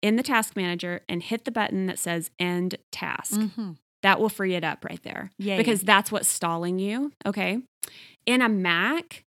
Speaker 1: in the task manager and hit the button that says end task.
Speaker 2: Mhm.
Speaker 1: That will free it up right there
Speaker 2: Yay.
Speaker 1: because that's what's stalling you. Okay. In a Mac,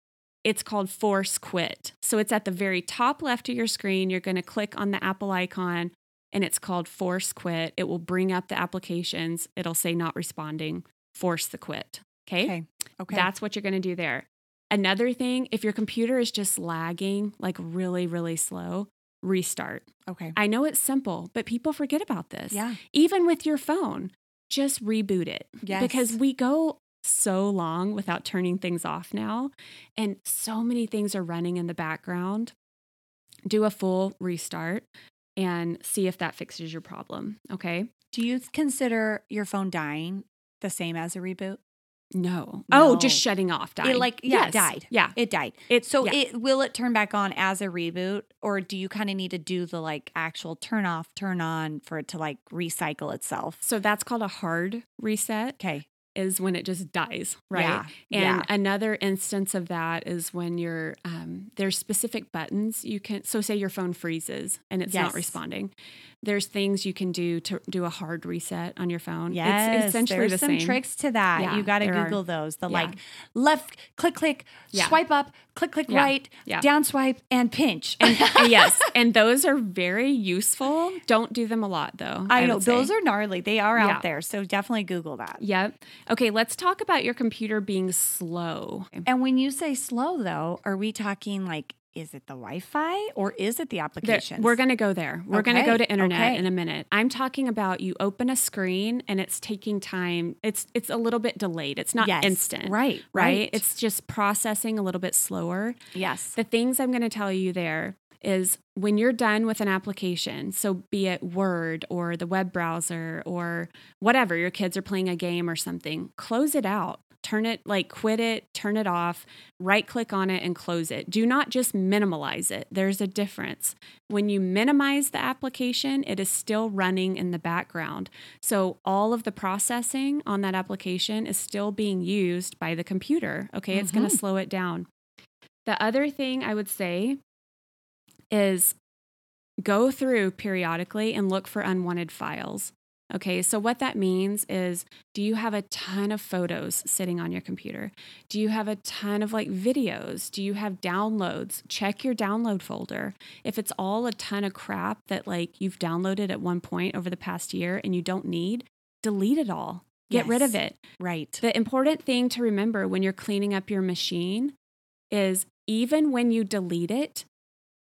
Speaker 1: it's called force quit. So it's at the very top left of your screen. You're going to click on the Apple icon and it's called force quit. It will bring up the applications. It'll say not responding, force the quit. Okay.
Speaker 2: okay. Okay.
Speaker 1: That's what you're going to do there. Another thing, if your computer is just lagging, like really, really slow, restart.
Speaker 2: okay.
Speaker 1: I know it's simple, but people forget about this
Speaker 2: Yeah.
Speaker 1: even with your phone, just reboot it.
Speaker 2: Yes.
Speaker 1: Because we go so long without turning things off now, and so many things are running in the background. Do a full restart and see if that fixes your problem. Okay.
Speaker 2: Do you consider your phone dying the same as a reboot?
Speaker 1: No.
Speaker 2: No.
Speaker 1: Oh, just shutting off died.
Speaker 2: It like yeah, it died.
Speaker 1: Yeah.
Speaker 2: It died.
Speaker 1: It's
Speaker 2: So
Speaker 1: yeah.
Speaker 2: it will it turn back on as a reboot, or do you kind of need to do the like actual turn off, turn on for it to like recycle itself?
Speaker 1: so that's called a hard reset,
Speaker 2: Okay.
Speaker 1: is when it just dies, right?
Speaker 2: Yeah.
Speaker 1: And
Speaker 2: yeah.
Speaker 1: another instance of that is when you're um, there's specific buttons you can. So say your phone freezes and it's
Speaker 2: Yes.
Speaker 1: not responding. There's things you can do to do a hard reset on your phone.
Speaker 2: Yes,
Speaker 1: it's essentially
Speaker 2: there's
Speaker 1: the same.
Speaker 2: some tricks to that.
Speaker 1: Yeah,
Speaker 2: you got to
Speaker 1: there are.
Speaker 2: Google those. The
Speaker 1: Yeah.
Speaker 2: like left click, click,
Speaker 1: Yeah.
Speaker 2: swipe up, click, click
Speaker 1: Yeah,
Speaker 2: right,
Speaker 1: yeah.
Speaker 2: down swipe,
Speaker 1: *laughs*
Speaker 2: and pinch.
Speaker 1: And- and *laughs*
Speaker 2: *laughs*
Speaker 1: yes, and those are very useful. Don't do them a lot though.
Speaker 2: I know those are gnarly. They are
Speaker 1: Yeah.
Speaker 2: out there, so definitely Google that.
Speaker 1: Yep. Okay, let's talk about your computer being slow.
Speaker 2: And when you say slow, though, are we talking like is it the Wi-Fi or is it the
Speaker 1: There-
Speaker 2: applications?
Speaker 1: we're going to go there. We're going to
Speaker 2: Okay,
Speaker 1: go to internet
Speaker 2: okay.
Speaker 1: in a minute. I'm talking about you open a screen and it's taking time. It's it's a little bit delayed. It's not
Speaker 2: Yes,
Speaker 1: instant.
Speaker 2: right?
Speaker 1: right? It's just processing a little bit slower.
Speaker 2: yes,
Speaker 1: The things I'm going to tell you there is when you're done with an application, so be it Word or the web browser or whatever, your kids are playing a game or something, close it out. Turn it, like quit it, turn it off, right click on it and close it. Do not just minimalize it. There's a difference. When you minimize the application, it is still running in the background. So all of the processing on that application is still being used by the computer. Okay, it's going
Speaker 2: Mhm.
Speaker 1: to slow it down. The other thing I would say is go through periodically and look for unwanted files. Okay, so what that means is do you have a ton of photos sitting on your computer? Do you have a ton of like videos? Do you have downloads? Check your download folder. If it's all a ton of crap that like you've downloaded at one point over the past year and you don't need, delete it all. Get rid of
Speaker 2: Yes.
Speaker 1: it.
Speaker 2: right.
Speaker 1: The important thing to remember when you're cleaning up your machine is even when you delete it,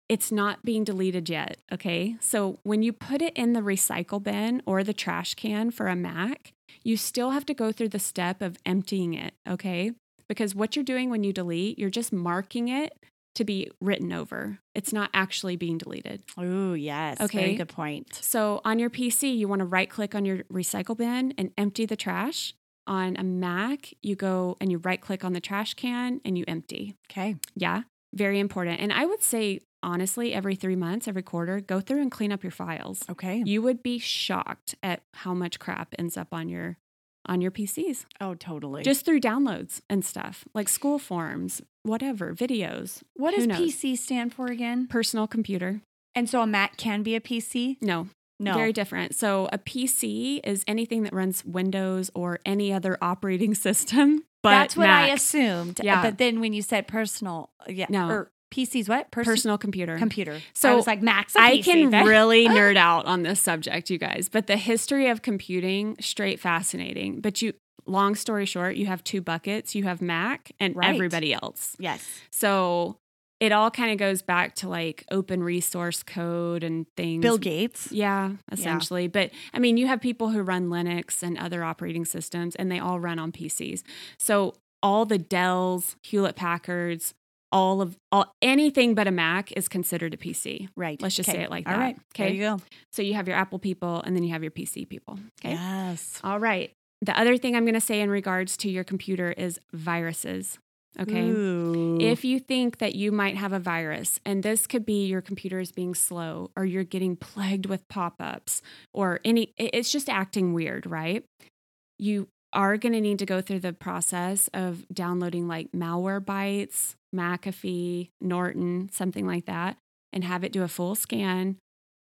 Speaker 1: it's not being deleted yet. Okay. So when you put it in the recycle bin or the trash can for a Mac, you still have to go through the step of emptying it. Okay. Because what you're doing when you delete, you're just marking it to be written over. It's not actually being deleted.
Speaker 2: Oh yes, very
Speaker 1: Okay.
Speaker 2: good point.
Speaker 1: So on your PC, you want to right click on your recycle bin and empty the trash. On a Mac, you go and you right click on the trash can and you empty.
Speaker 2: Okay,
Speaker 1: Yeah, very important. And I would say, honestly, every three months, every quarter, go through and clean up your files.
Speaker 2: okay.
Speaker 1: You would be shocked at how much crap ends up on your on your PCs
Speaker 2: Oh, totally.
Speaker 1: just through downloads and stuff like school forms, whatever, videos,
Speaker 2: what
Speaker 1: who
Speaker 2: does
Speaker 1: knows?
Speaker 2: PC stand for again?
Speaker 1: personal computer.
Speaker 2: And so a Mac can be a PC.
Speaker 1: No,
Speaker 2: No,
Speaker 1: Very different. So a PC is anything that runs Windows or any other operating *laughs* system. But
Speaker 2: that's what I
Speaker 1: Mac.
Speaker 2: assumed.
Speaker 1: Yeah.
Speaker 2: But then when you said personal, yeah,
Speaker 1: No.
Speaker 2: or PCs, what Pers-
Speaker 1: personal computer.
Speaker 2: computer? So I
Speaker 1: So
Speaker 2: was like, Max,
Speaker 1: I can
Speaker 2: really. *laughs*
Speaker 1: really nerd out on this subject, you guys. But the history of computing, straight fascinating. But you, long story short, you have two buckets. You have Mac and
Speaker 2: Right.
Speaker 1: everybody else.
Speaker 2: Yes.
Speaker 1: So it all kind of goes back to like open resource code and things.
Speaker 2: Bill Gates.
Speaker 1: Yeah, essentially. But I mean, you have people who run Linux and other operating systems, and they all run on PCs. So all the Dells, Hewlett Packards, all of all anything but a Mac is considered a PC.
Speaker 2: Right.
Speaker 1: Let's just
Speaker 2: Okay.
Speaker 1: say it like
Speaker 2: All
Speaker 1: that.
Speaker 2: right. There
Speaker 1: Okay.
Speaker 2: you go.
Speaker 1: So you have your Apple people, and then you have your PC people. Okay.
Speaker 2: Yes.
Speaker 1: All right. The other thing I'm going to say in regards to your computer is viruses. Okay.
Speaker 2: Ooh.
Speaker 1: If you think that you might have a virus, and this could be your computer is being slow or you're getting plagued with pop ups or any, it- it's just acting weird, right? You are going to need to go through the process of downloading like malware bytes, McAfee, Norton, something like that, and have it do a full scan,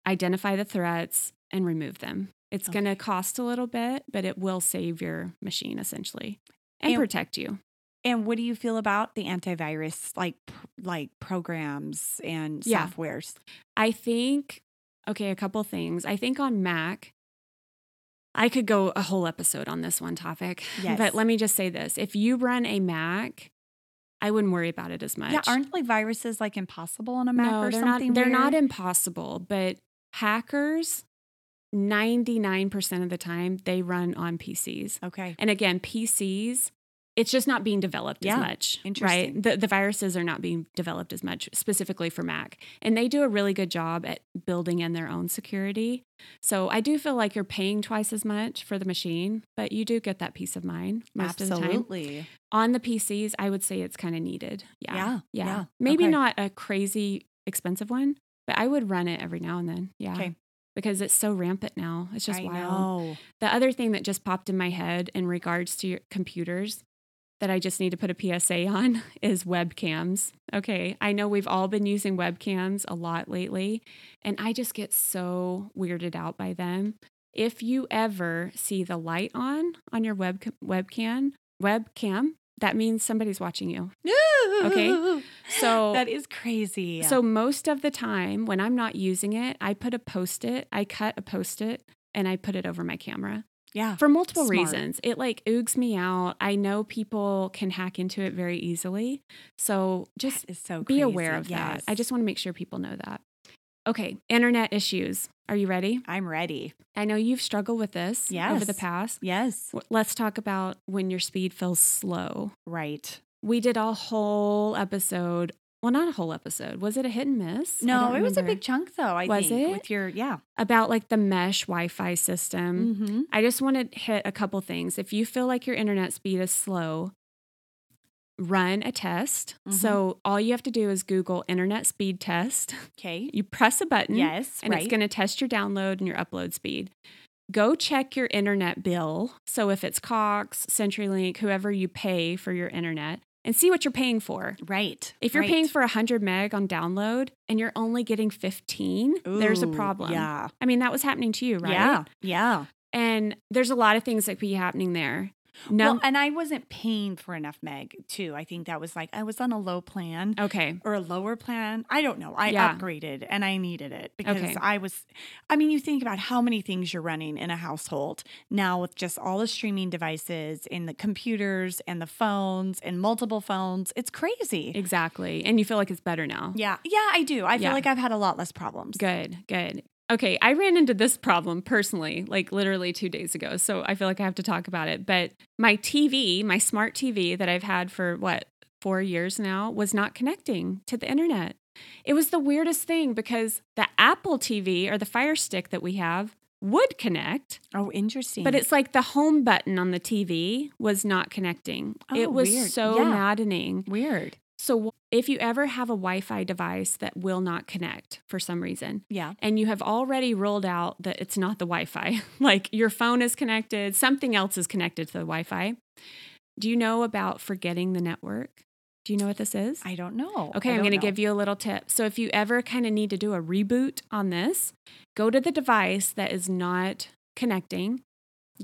Speaker 1: identify the threats, and remove them. It's going to cost a little bit, but it will save your machine essentially and
Speaker 2: And-
Speaker 1: protect you.
Speaker 2: and what do you feel about the antivirus like pr- like programs and
Speaker 1: Yeah.
Speaker 2: softwares?
Speaker 1: I think, okay, a couple things. I think on Mac, I could go a whole episode on this one topic. *laughs*
Speaker 2: Yes.
Speaker 1: But let me just say this if you run a Mac, I wouldn't worry about it as much.
Speaker 2: Yeah, aren't like viruses like impossible on a Mac
Speaker 1: no,
Speaker 2: or
Speaker 1: they're
Speaker 2: something?
Speaker 1: Not, they're
Speaker 2: weird?
Speaker 1: not impossible, but hackers, 99% of the time, they run on PCs.
Speaker 2: okay.
Speaker 1: And again, PCs, it's just not being developed
Speaker 2: Yeah.
Speaker 1: as much.
Speaker 2: Interesting.
Speaker 1: Right. The, the viruses are not being developed as much, specifically for Mac. And they do a really good job at building in their own security. So I do feel like you're paying twice as much for the machine, but you do get that peace of mind most of the time.
Speaker 2: Absolutely.
Speaker 1: On the PCs, I would say it's kind of needed. Yeah.
Speaker 2: Yeah,
Speaker 1: Yeah.
Speaker 2: yeah.
Speaker 1: Maybe
Speaker 2: Okay.
Speaker 1: not a crazy expensive one, but I would run it every now and then. Yeah.
Speaker 2: Okay.
Speaker 1: Because it's so rampant now. It's just
Speaker 2: I
Speaker 1: wild.
Speaker 2: know.
Speaker 1: The other thing that just popped in my head in regards to your computers that I just need to put a PSA on *laughs* is webcams. Okay. I know we've all been using webcams a lot lately, and I just get so weirded out by them. If you ever see the light on on your web webcam webcam, that means somebody's watching you. *laughs*
Speaker 2: *laughs*
Speaker 1: Okay. So
Speaker 2: that is crazy.
Speaker 1: so most of the time when I'm not using it, I put a post it, I cut a post it and I put it over my camera
Speaker 2: yeah.
Speaker 1: for multiple
Speaker 2: Smart.
Speaker 1: reasons. It like oogs me out. I know people can hack into it very easily. So just
Speaker 2: That is so
Speaker 1: be
Speaker 2: crazy.
Speaker 1: aware of
Speaker 2: yes.
Speaker 1: that. I just want to make sure people know that. Okay, internet issues. Are you ready?
Speaker 2: I'm ready.
Speaker 1: I know you've struggled with this over the
Speaker 2: Yes.
Speaker 1: past.
Speaker 2: Yes.
Speaker 1: W- Let's talk about when your speed feels slow.
Speaker 2: Right.
Speaker 1: We did a whole episode. Well, not a whole episode. Was it a hit and miss? I
Speaker 2: No,
Speaker 1: don't
Speaker 2: it was a
Speaker 1: remember.
Speaker 2: big chunk though, I
Speaker 1: Was
Speaker 2: think.
Speaker 1: it?
Speaker 2: With your yeah.
Speaker 1: about like the mesh Wi-Fi system.
Speaker 2: Mm-hmm.
Speaker 1: I just want to hit a couple things. If you feel like your internet speed is slow, run a test.
Speaker 2: Mhm.
Speaker 1: So all you have to do is Google internet speed test. *laughs*
Speaker 2: Okay.
Speaker 1: You press a button,
Speaker 2: Yes.
Speaker 1: Mm-hmm. and
Speaker 2: right.
Speaker 1: it's going to test your download and your upload speed. Go check your internet bill. So if it's Cox, CenturyLink, whoever you pay for your internet, and see what you're paying for.
Speaker 2: right.
Speaker 1: If you're
Speaker 2: right.
Speaker 1: paying for 100 meg on download and you're only getting 15, there's a
Speaker 2: Ooh,
Speaker 1: problem.
Speaker 2: Yeah.
Speaker 1: I mean, that was happening to you, right?
Speaker 2: Yeah. Yeah.
Speaker 1: and there's a lot of things that could be happening there. No,
Speaker 2: Well, and I wasn't paying for enough meg too. I think that was like I was on a low plan
Speaker 1: okay,
Speaker 2: or a lower plan. I don't know. I
Speaker 1: Yeah.
Speaker 2: upgraded and I needed it because
Speaker 1: Okay.
Speaker 2: I was I mean, you think about how many things you're running in a household now with just all the streaming devices and the computers and the phones and multiple phones. It's crazy.
Speaker 1: exactly. And you feel like it's better now.
Speaker 2: yeah. Yeah, I do. I feel
Speaker 1: Yeah.
Speaker 2: like I've had a lot less problems.
Speaker 1: Good, good. Okay, I ran into this problem personally, like literally two days ago. So I feel like I have to talk about it. But my TV, my smart TV that I've had for what, four years now, was not connecting to the internet. It was the weirdest thing because the Apple TV or the Fire Stick that we have would connect.
Speaker 2: Oh, interesting.
Speaker 1: But it's like the home button on the TV was not connecting.
Speaker 2: Oh,
Speaker 1: it was
Speaker 2: weird.
Speaker 1: so
Speaker 2: Yeah.
Speaker 1: maddening.
Speaker 2: weird.
Speaker 1: So if you ever have a Wi-Fi device that will not connect for some reason,
Speaker 2: Yeah.
Speaker 1: and you have already ruled out that it's not the Wi-Fi, *laughs* like your phone is connected, something else is connected to the Wi-Fi. Do you know about forgetting the network? Do you know what this is?
Speaker 2: I don't know.
Speaker 1: Okay, I'm going to give you a little tip. So, if you ever kind of need to do a reboot on this, go to the device that is not connecting,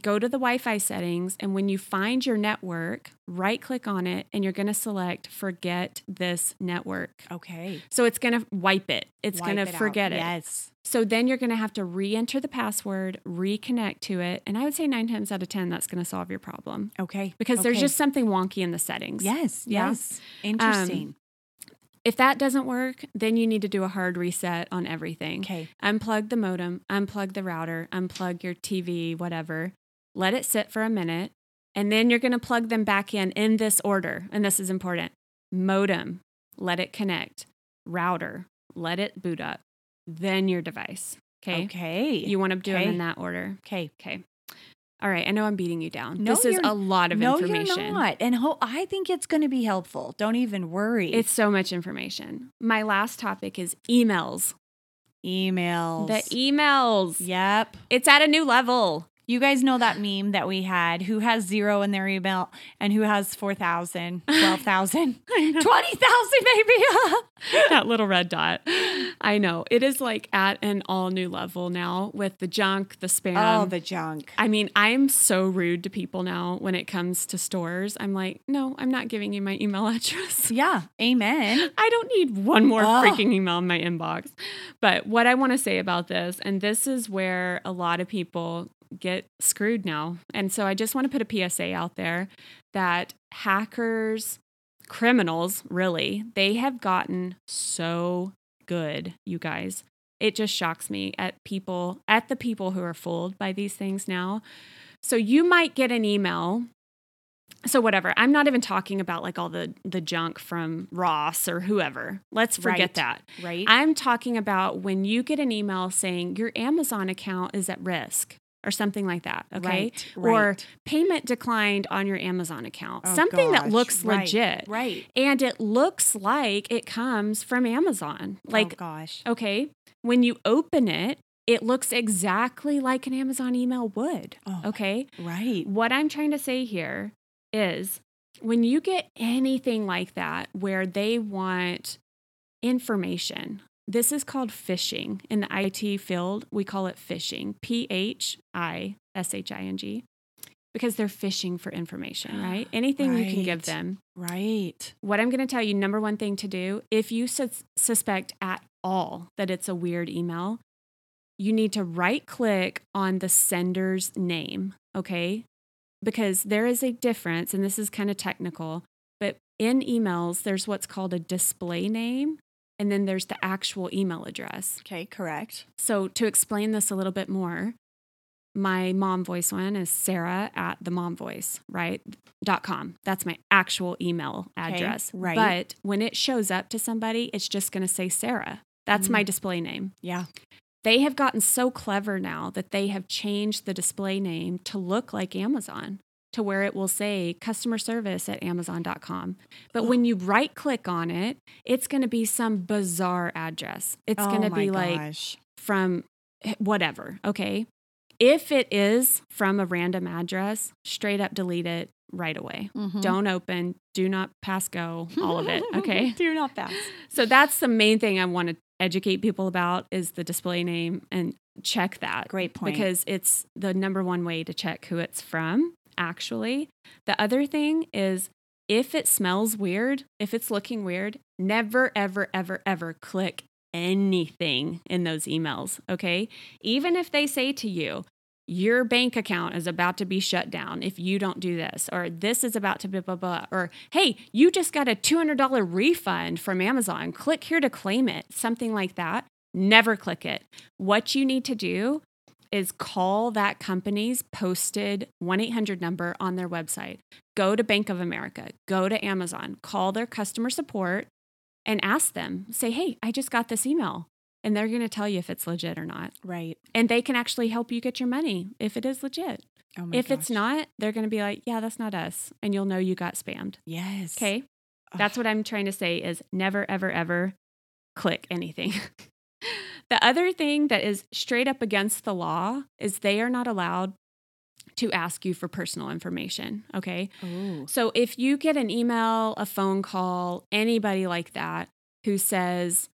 Speaker 1: go to the Wi Fi settings, and when you find your network, right click on it and you're going to select forget this network.
Speaker 2: Okay.
Speaker 1: So, it's going to wipe it, it's
Speaker 2: Wipe
Speaker 1: going to
Speaker 2: out.
Speaker 1: forget it.
Speaker 2: Yes.
Speaker 1: So, then you're going to have to re enter the password, reconnect to it. And I would say nine times out of 10, that's going to solve your problem
Speaker 2: Okay.
Speaker 1: because there's
Speaker 2: Okay.
Speaker 1: just something wonky in the settings.
Speaker 2: Yes,
Speaker 1: Yeah. Um,
Speaker 2: yes. Interesting.
Speaker 1: If that doesn't work, then you need to do a hard reset on everything.
Speaker 2: okay.
Speaker 1: Unplug the modem, unplug the router, unplug your TV, whatever. Let it sit for a minute. And then you're going to plug them back in in this order. And this is important modem, let it connect. Router, let it boot up. Then your device. Okay.
Speaker 2: Okay.
Speaker 1: You want to do them
Speaker 2: Okay.
Speaker 1: in that order.
Speaker 2: okay.
Speaker 1: Okay. All right, I know I'm beating you down.
Speaker 2: No,
Speaker 1: this is
Speaker 2: you're-
Speaker 1: a lot of
Speaker 2: no,
Speaker 1: information.
Speaker 2: you're not. And ho- I think it's going to be helpful. Don't even worry.
Speaker 1: It's so much information. My last topic is emails.
Speaker 2: emails.
Speaker 1: The e emails.
Speaker 2: yep.
Speaker 1: It's at a new *laughs* level.
Speaker 2: You guys know that meme that we had who has zero in their email and who has
Speaker 1: *laughs*
Speaker 2: 4,000, 12,000, 20,000 maybe. *laughs*
Speaker 1: that little red dot. I know. It is like at an all new level now with the junk, the spam.
Speaker 2: oh, the junk.
Speaker 1: I mean, I'm so rude to people now when it comes to stores. I'm like, no, I'm not giving you my email *laughs* address.
Speaker 2: Yeah. Amen.
Speaker 1: I don't need one more
Speaker 2: Ugh.
Speaker 1: freaking email in my inbox. But what I want to say about this, and this is where a lot of people get screwed now. And so I just want to put a PSA out there that hackers, criminals, really, they have gotten so good, you guys. It just shocks me at people, at the people who are fooled by these things now. So you might get an email so whatever i'm not even talking about like all the the junk from ross or whoever let's forget
Speaker 2: Right.
Speaker 1: that
Speaker 2: Right?
Speaker 1: i'm talking about when you get an email saying your amazon account is at risk or something like that okay
Speaker 2: Right,
Speaker 1: or
Speaker 2: right.
Speaker 1: payment declined on your amazon account
Speaker 2: Oh,
Speaker 1: something that
Speaker 2: gosh.
Speaker 1: looks
Speaker 2: Right,
Speaker 1: legit
Speaker 2: Right.
Speaker 1: and it looks like it comes from amazon
Speaker 2: oh,
Speaker 1: like
Speaker 2: gosh.
Speaker 1: okay when you open it it looks exactly like an amazon email would
Speaker 2: Oh,
Speaker 1: okay
Speaker 2: Right.
Speaker 1: what I'm trying to say here is when you get anything like that where they want information, this is called phishing. In the IT field, we call it phishing P H I S H I N G because they're phishing for information, right? Anything you can give
Speaker 2: Right.
Speaker 1: them.
Speaker 2: Right.
Speaker 1: What I'm going to tell you, number one thing to do, if you sus- suspect at all that it's a weird email, you need to right click on the sender's name, okay? Because there is a difference, and this is kind of technical, but in emails, there's what's called a display name, and then there's the actual email address.
Speaker 2: Okay. Correct.
Speaker 1: So, to explain this a little bit more, my mom voice one is sarah at the mom voice, right? Dot com. That's my actual email
Speaker 2: Okay,
Speaker 1: address.
Speaker 2: right.
Speaker 1: But when it shows up to somebody, it's just going to say Sarah. That's
Speaker 2: Mm-hmm.
Speaker 1: my display name.
Speaker 2: Yeah.
Speaker 1: They have gotten so clever now that they have changed the display name to look like Amazon, to where it will say customer service at amazon.com.
Speaker 2: Oh.
Speaker 1: But when you right click on it, it's going to be some bizarre address. It's
Speaker 2: oh,
Speaker 1: going to
Speaker 2: my
Speaker 1: be like
Speaker 2: gosh.
Speaker 1: from whatever, okay? If it is from a random address, straight up delete it right away.
Speaker 2: Mhm.
Speaker 1: Don't open, do not pass go, all of
Speaker 2: *laughs*
Speaker 1: it, okay?
Speaker 2: You're not fast.
Speaker 1: so that's the main thing I want to educate people about is the display name and check that
Speaker 2: Great point.
Speaker 1: because it's the number one way to check who it's from, actually. The other thing is if it smells weird, if it's looking weird, never, ever, ever, ever click anything in those emails, okay? Even if they say to you, your bank account is about to be shut down if you don't do this, or this is about to blah, blah, blah, or hey, you just got a $200 refund from Amazon. Click here to claim it, something like that. Never click it. What you need to do is call that company's posted 1 800 number on their website. Go to Bank of America, go to Amazon, call their customer support and ask them, say, hey, I just got this email. And they're going to tell you if it's legit or not.
Speaker 2: Right.
Speaker 1: And they can actually help you get your money if it is legit.
Speaker 2: Oh my
Speaker 1: If it's
Speaker 2: gosh.
Speaker 1: not, they're going to be like, yeah, that's not us. And you'll know you got spammed.
Speaker 2: Yes.
Speaker 1: Okay. *sighs* That's what I'm trying to say is never, ever, ever click anything. *laughs* the other thing that is straight up against the law is they are not allowed to ask you for personal information. Okay.
Speaker 2: Oh.
Speaker 1: So if you get an email, a phone call, anybody like that who says,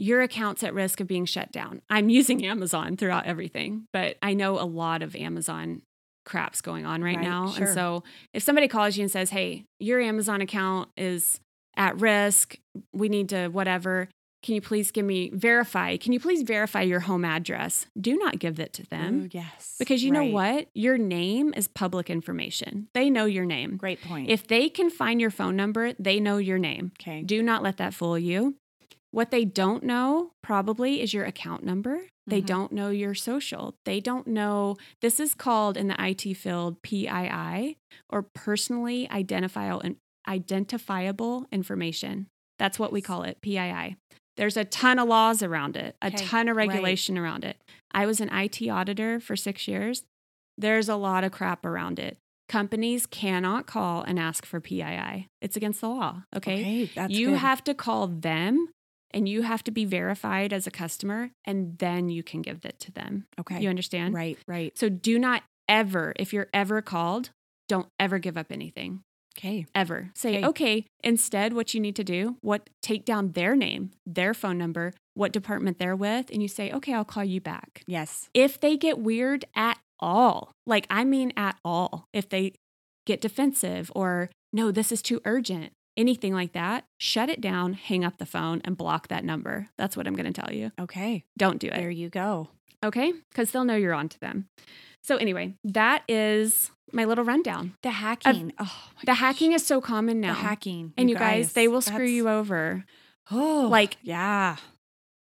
Speaker 1: your account's at risk of being shut down. I'm using *laughs* Amazon throughout everything, but I know a lot of Amazon craps going on right,
Speaker 2: Right,
Speaker 1: now.
Speaker 2: sure.
Speaker 1: And so if somebody calls you and says, hey, your Amazon account is at risk, we need to whatever. Can you please give me verify? Can you please verify your home address? Do not give that to them
Speaker 2: Ooh, yes.
Speaker 1: because you
Speaker 2: Right.
Speaker 1: know what? Your name is public information. They know your name.
Speaker 2: Great point.
Speaker 1: If they can find your phone number, they know your name.
Speaker 2: okay.
Speaker 1: Do not let that fool you. What they don't know probably is your account number. They
Speaker 2: Mhm.
Speaker 1: don't know your social. They don't know. This is called in the IT field PII or personally identifiable identifiable information. That's what we call it, PII. There's a ton of laws around it, a
Speaker 2: Okay,
Speaker 1: ton of
Speaker 2: right.
Speaker 1: regulation around it. I was an IT auditor for 6 years There's a lot of crap around it. Companies cannot call and ask for PII. It's against the law. Okay.
Speaker 2: that's
Speaker 1: you
Speaker 2: good.
Speaker 1: have to call them and you have to be verified as a customer and then you can give it to them.
Speaker 2: okay.
Speaker 1: You understand?
Speaker 2: right, right.
Speaker 1: So do not ever, if you're ever called, don't ever give up anything.
Speaker 2: Okay.
Speaker 1: Ever. Say,
Speaker 2: Okay.
Speaker 1: okay, instead what you need to do, what take down their name, their phone number, what department they're with, and you say, okay, I'll call you back.
Speaker 2: Yes.
Speaker 1: If they get weird at all, like I mean at all, if they get defensive or no, this is too urgent, anything like that, shut it down, hang up the phone, and block that number. That's what I'm gonna tell you.
Speaker 2: Okay.
Speaker 1: Don't do it.
Speaker 2: There you go.
Speaker 1: Okay? Because they'll know you're on to them. So, anyway, that is my little rundown.
Speaker 2: The hacking. oh, my
Speaker 1: The
Speaker 2: gosh.
Speaker 1: hacking is so common
Speaker 2: The
Speaker 1: now.
Speaker 2: hacking.
Speaker 1: and you guys, they will screw
Speaker 2: that's-
Speaker 1: you over.
Speaker 2: *gasps* Oh,
Speaker 1: Like-
Speaker 2: yeah.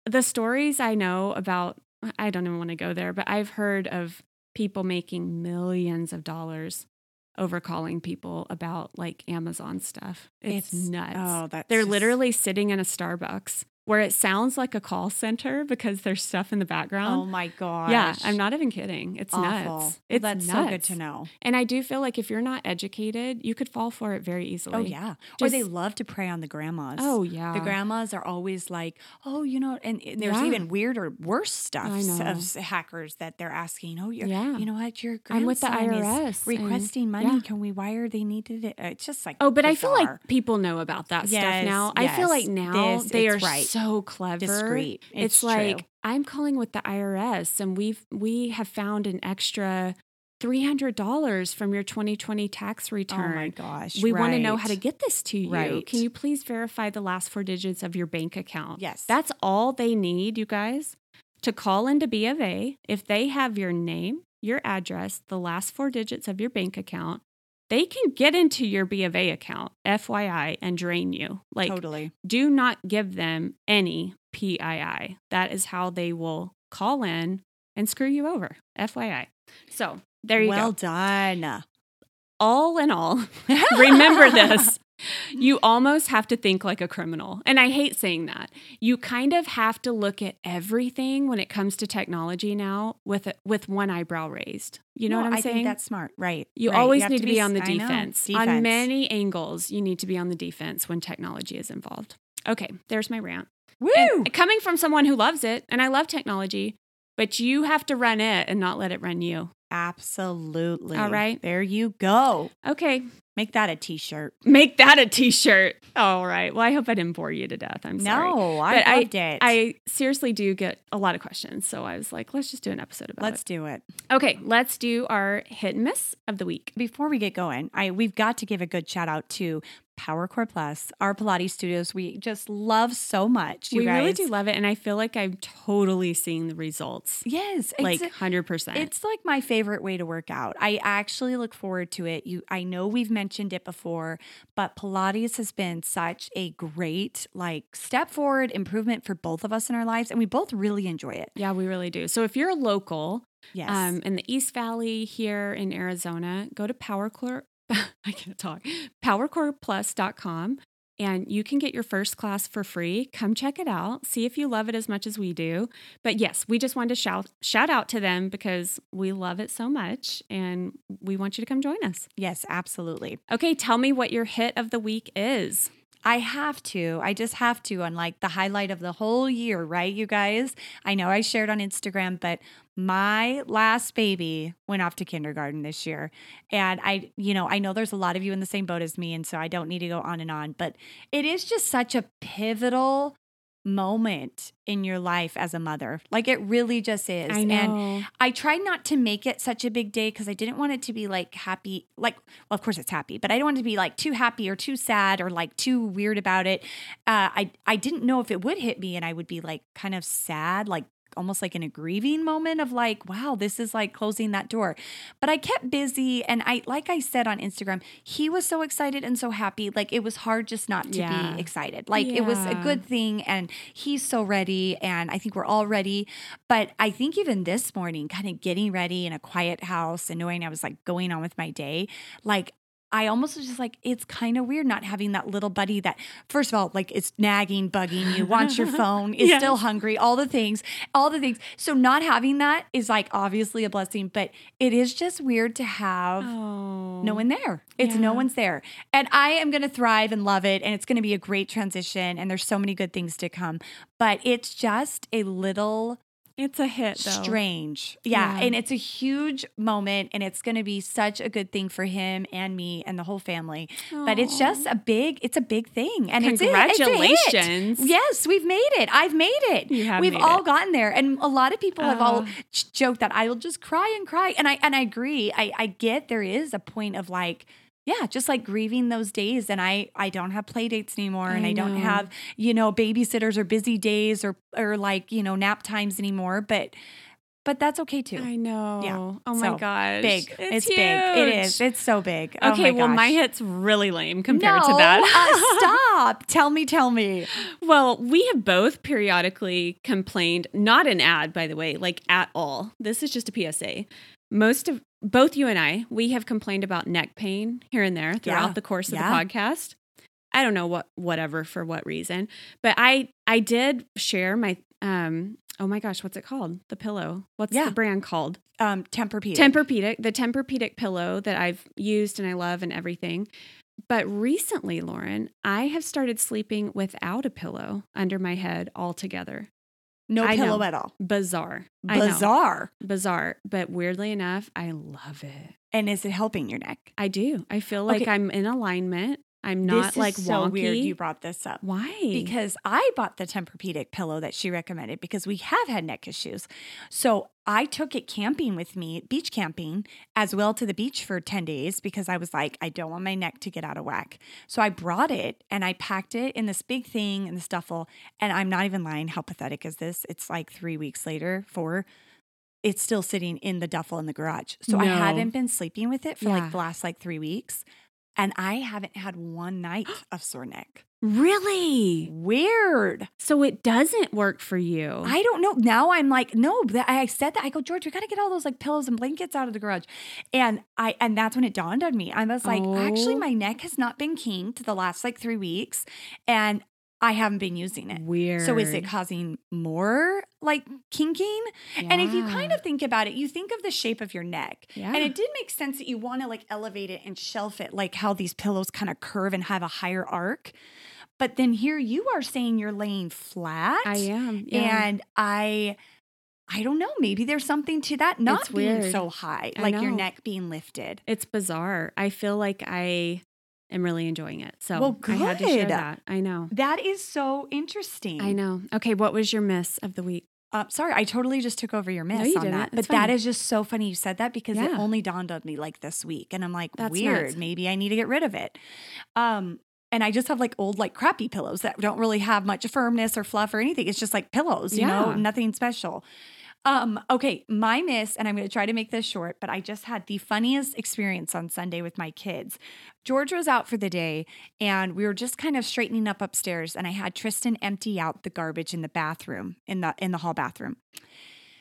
Speaker 1: The stories I know about, I don't even want to go there, but I've heard of people making millions of dollars over calling people about like Amazon stuff. It's, nuts.
Speaker 2: Oh, that's
Speaker 1: They're
Speaker 2: just-
Speaker 1: literally sitting in a Starbucks where it sounds like a call center because there's stuff in the
Speaker 2: Oh
Speaker 1: background.
Speaker 2: my gosh.
Speaker 1: yeah, I'm not even kidding. It's
Speaker 2: awful.
Speaker 1: nuts.
Speaker 2: Well,
Speaker 1: It's
Speaker 2: that's
Speaker 1: nuts.
Speaker 2: so good to know.
Speaker 1: And I do feel like if you're not educated, you could fall for it very easily.
Speaker 2: Oh yeah. or
Speaker 1: Just-
Speaker 2: they love to prey on the grandmas.
Speaker 1: Oh yeah.
Speaker 2: The grandmas are always like, oh, you know, and, and there's
Speaker 1: Yeah.
Speaker 2: even weirder, worse stuff
Speaker 1: I
Speaker 2: s-
Speaker 1: know.
Speaker 2: of s- hackers that they're asking, oh, you're,
Speaker 1: Yeah.
Speaker 2: you know what, your grandson
Speaker 1: I'm with the IRS
Speaker 2: is
Speaker 1: and-
Speaker 2: requesting money.
Speaker 1: yeah.
Speaker 2: Can we wire? They needed it. It's just like,
Speaker 1: Oh, but I feel
Speaker 2: bizarre.
Speaker 1: like people know about that
Speaker 2: Yes,
Speaker 1: stuff now. I feel like
Speaker 2: yes.
Speaker 1: now
Speaker 2: This-
Speaker 1: they are
Speaker 2: it's right.
Speaker 1: so clever.
Speaker 2: discreet.
Speaker 1: It's,
Speaker 2: true.
Speaker 1: like I'm calling with the IRS, and we've we have found an extra three hundred dollars from your 2020 tax
Speaker 2: oh my
Speaker 1: return.
Speaker 2: gosh,
Speaker 1: we want to know how to
Speaker 2: right.
Speaker 1: get this to you.
Speaker 2: Right.
Speaker 1: Can you please verify the last four digits of your bank account?
Speaker 2: Yes,
Speaker 1: That's all they need, you guys, to call into B of A. If they have your name, your address, the last four digits of your bank account, they can get into your B of A account, FYI, and drain you. Like,
Speaker 2: totally
Speaker 1: do not give them any PII. That is how they will call in and screw you over, FYI. So, there you
Speaker 2: well
Speaker 1: go.
Speaker 2: done.
Speaker 1: All in
Speaker 2: *laughs*
Speaker 1: all, remember this. You almost have to think like a criminal. And I hate saying that. You kind of have to look at everything when it comes to technology now with with one eyebrow raised. You know
Speaker 2: No,
Speaker 1: what I'm
Speaker 2: I
Speaker 1: saying?
Speaker 2: Think that's smart, right?
Speaker 1: you
Speaker 2: right.
Speaker 1: always
Speaker 2: have
Speaker 1: need to be, on the
Speaker 2: I know,
Speaker 1: defense. On
Speaker 2: defense.
Speaker 1: many angles, you need to be on the defense when technology is involved. Okay, there's my rant.
Speaker 2: Woo!
Speaker 1: And coming from someone who loves it and I love technology, but you have to run it and not let it run you.
Speaker 2: *laughs* Absolutely.
Speaker 1: All right.
Speaker 2: There you go.
Speaker 1: Okay,
Speaker 2: Make that a t shirt.
Speaker 1: make that a t-shirt. All right. Well, I hope I didn't bore you to death. I'm sorry.
Speaker 2: No, I
Speaker 1: But I-
Speaker 2: loved it.
Speaker 1: I seriously do get a lot of questions, so I was like, let's just do an episode about
Speaker 2: Let's do it.
Speaker 1: it. Okay, let's do our hit and miss of the week.
Speaker 2: Before we get going, I we've got to give a good shout out to Power Core Plus, our Pilates studios. We just love so much. You
Speaker 1: we
Speaker 2: guys.
Speaker 1: really do love it, and I feel like I'm totally seeing the results,
Speaker 2: Yes,
Speaker 1: like
Speaker 2: exa-
Speaker 1: hundred percent.
Speaker 2: It's like my favorite way to work out. I actually look forward to it. You I know we've mentioned it before, but Pilates has been such a great like step forward improvement for both of us in our lives and we both really enjoy it.
Speaker 1: Yeah, we really do. So if you're local,
Speaker 2: Yes.
Speaker 1: um, in the East Valley here in Arizona, go to PowerCore. *laughs* I can't talk. PowerCorePlus.com, and you can get your first class for free. Come check it out. See if you love it as much as we do. But yes, we just wanted to shout shout out to them because we love it so much, and we want you to come join us.
Speaker 2: yes, absolutely.
Speaker 1: Okay, tell me what your hit of the week is.
Speaker 2: I have to. I just have to on like the highlight of the whole year, right, you guys? I know I shared on Instagram, but my last baby went off to kindergarten this year. And I, you know, I know there's a lot of you in the same boat as me. And so I don't need to go on and on, but it is just such a pivotal moment in your life as a mother. Like it really just is. And
Speaker 1: Oh.
Speaker 2: I tried not to make it such a big day because I didn't want it to be like happy. Like, well, of course it's happy, but I don't want it to be like too happy or too sad or like too weird about it. Uh, I I didn't know if it would hit me, and I would be like kind of sad, like almost like in a grieving moment of like, wow, this is like closing that door. But I kept busy, and I like I said on Instagram, he was so excited and so happy. Like it was hard just not to
Speaker 1: Yeah.
Speaker 2: be excited. Like it was a
Speaker 1: Yeah.
Speaker 2: good thing, and he's so ready, and I think we're all ready. But I think even this morning, kind of getting ready in a quiet house and knowing I was like going on with my day, like I almost was just like, it's kind of weird not having that little buddy that, first of all, like it's nagging, bugging you, wants your phone, is
Speaker 1: Yes.
Speaker 2: still hungry, all the things, all the things. So not having that is like obviously a blessing, but it is just weird to have
Speaker 1: Oh.
Speaker 2: no one there. It's no
Speaker 1: Yeah.
Speaker 2: one's there. And I am going to thrive and love it. And it's going to be a great transition. And there's so many good things to come. But it's just a little
Speaker 1: It's a hit, though.
Speaker 2: strange. Yeah.
Speaker 1: Yeah.
Speaker 2: And it's a huge moment. And it's going to be such a good thing for him and me and the whole family. But it's
Speaker 1: Aw.
Speaker 2: just a big, it's a big thing. And it's a- it's a hit.
Speaker 1: Congratulations.
Speaker 2: Yes, we've made it. I've made it.
Speaker 1: You have
Speaker 2: we've
Speaker 1: made
Speaker 2: all
Speaker 1: it.
Speaker 2: gotten there, and a lot of people have all
Speaker 1: Oh.
Speaker 2: j- joked that I will just cry and cry, and I and I agree. I I get there is a point of like. Yeah, just like grieving those days, and I I don't have play dates anymore, and
Speaker 1: I
Speaker 2: I don't
Speaker 1: know.
Speaker 2: have you know babysitters or busy days or or like you know nap times anymore. But but that's okay too.
Speaker 1: I know. Oh my
Speaker 2: So,
Speaker 1: gosh.
Speaker 2: big, it's, big, it
Speaker 1: huge.
Speaker 2: is, it's so big. Oh
Speaker 1: Okay, well, my
Speaker 2: gosh.
Speaker 1: hit's really lame compared to *laughs*
Speaker 2: No,
Speaker 1: that.
Speaker 2: uh, stop! Tell me, tell me.
Speaker 1: well, we have both periodically complained, not an ad, by the way, like at all. This is just a PSA. Most of both you and I, we have complained about neck pain here and there throughout
Speaker 2: Yeah,
Speaker 1: the course of
Speaker 2: yeah.
Speaker 1: the podcast. I don't know what, whatever, for what reason, but I, I did share my, um, oh my gosh, what's it called? The pillow. What's
Speaker 2: Yeah.
Speaker 1: the brand called?
Speaker 2: Um, Tempur-Pedic.
Speaker 1: Tempur-Pedic, the Tempur-Pedic pillow that I've used and I love and everything. But recently, Lauren, I have started sleeping without a pillow under my head altogether.
Speaker 2: No
Speaker 1: I know.
Speaker 2: pillow at all.
Speaker 1: Bizarre. I know.
Speaker 2: Bizarre.
Speaker 1: Bizarre. But weirdly enough, I love it.
Speaker 2: And is it helping your neck?
Speaker 1: I do. I feel like
Speaker 2: Okay.
Speaker 1: I'm in alignment. I'm not
Speaker 2: this
Speaker 1: like
Speaker 2: is
Speaker 1: wonky.
Speaker 2: so weird. You brought this up
Speaker 1: Why?
Speaker 2: because I bought the Tempur-Pedic pillow that she recommended because we have had neck issues. So I took it camping with me, beach camping, as well to the beach for ten days because I was like, I don't want my neck to get out of whack. So I brought it and I packed it in this big thing in the stuffle. And I'm not even lying. How pathetic is this? It's like three weeks later, four. It's still sitting in the duffel in the garage. So I
Speaker 1: No.
Speaker 2: haven't been sleeping with it for
Speaker 1: Yeah.
Speaker 2: like the last like three weeks. And I haven't had one night *gasps* of sore neck.
Speaker 1: really?
Speaker 2: Weird.
Speaker 1: So it doesn't work for you.
Speaker 2: I don't know. Now I'm like, no, that I said that. I go, George, we gotta get all those like pillows and blankets out of the garage. And I and that's when it dawned on me. I was like, actually,
Speaker 1: Oh.
Speaker 2: my neck has not been kinked the last like three weeks and I haven't been using it.
Speaker 1: weird.
Speaker 2: eh, So is it causing more like kinking? And if you kind of think about it, you think of the shape of your neck.
Speaker 1: yeah.
Speaker 2: And it did make sense that you want to like elevate it and shelf it, like how these pillows kind of curve and have a higher arc. But then here you are saying you're laying flat.
Speaker 1: I am. Yeah.
Speaker 2: And I I don't know, maybe there's something to that not
Speaker 1: It's
Speaker 2: being
Speaker 1: weird.
Speaker 2: so high,
Speaker 1: I
Speaker 2: like your
Speaker 1: know.
Speaker 2: neck being lifted.
Speaker 1: It's bizarre. I feel like I am really enjoying it. So
Speaker 2: Well,
Speaker 1: I had to share
Speaker 2: good.
Speaker 1: that. I know.
Speaker 2: That is so interesting.
Speaker 1: I know. Okay, what was your miss of the week?
Speaker 2: Uh, sorry, I totally just took over your miss
Speaker 1: No, you
Speaker 2: on
Speaker 1: didn't.
Speaker 2: that. But
Speaker 1: It's
Speaker 2: that
Speaker 1: fine.
Speaker 2: is just so funny you said that because it
Speaker 1: Yeah.
Speaker 2: only dawned on me like this week. And I'm like,
Speaker 1: That's
Speaker 2: weird.
Speaker 1: nuts.
Speaker 2: Maybe I need to get rid of it. Um, and I just have like old, like crappy pillows that don't really have much firmness or fluff or anything. It's just like pillows, you know,
Speaker 1: Yeah.
Speaker 2: nothing special. Um, okay, my miss, and I'm going to try to make this short, but I just had the funniest experience on Sunday with my kids. George was out for the day, and we were just kind of straightening up upstairs, and I had Tristan empty out the garbage in the bathroom in the in the hall bathroom.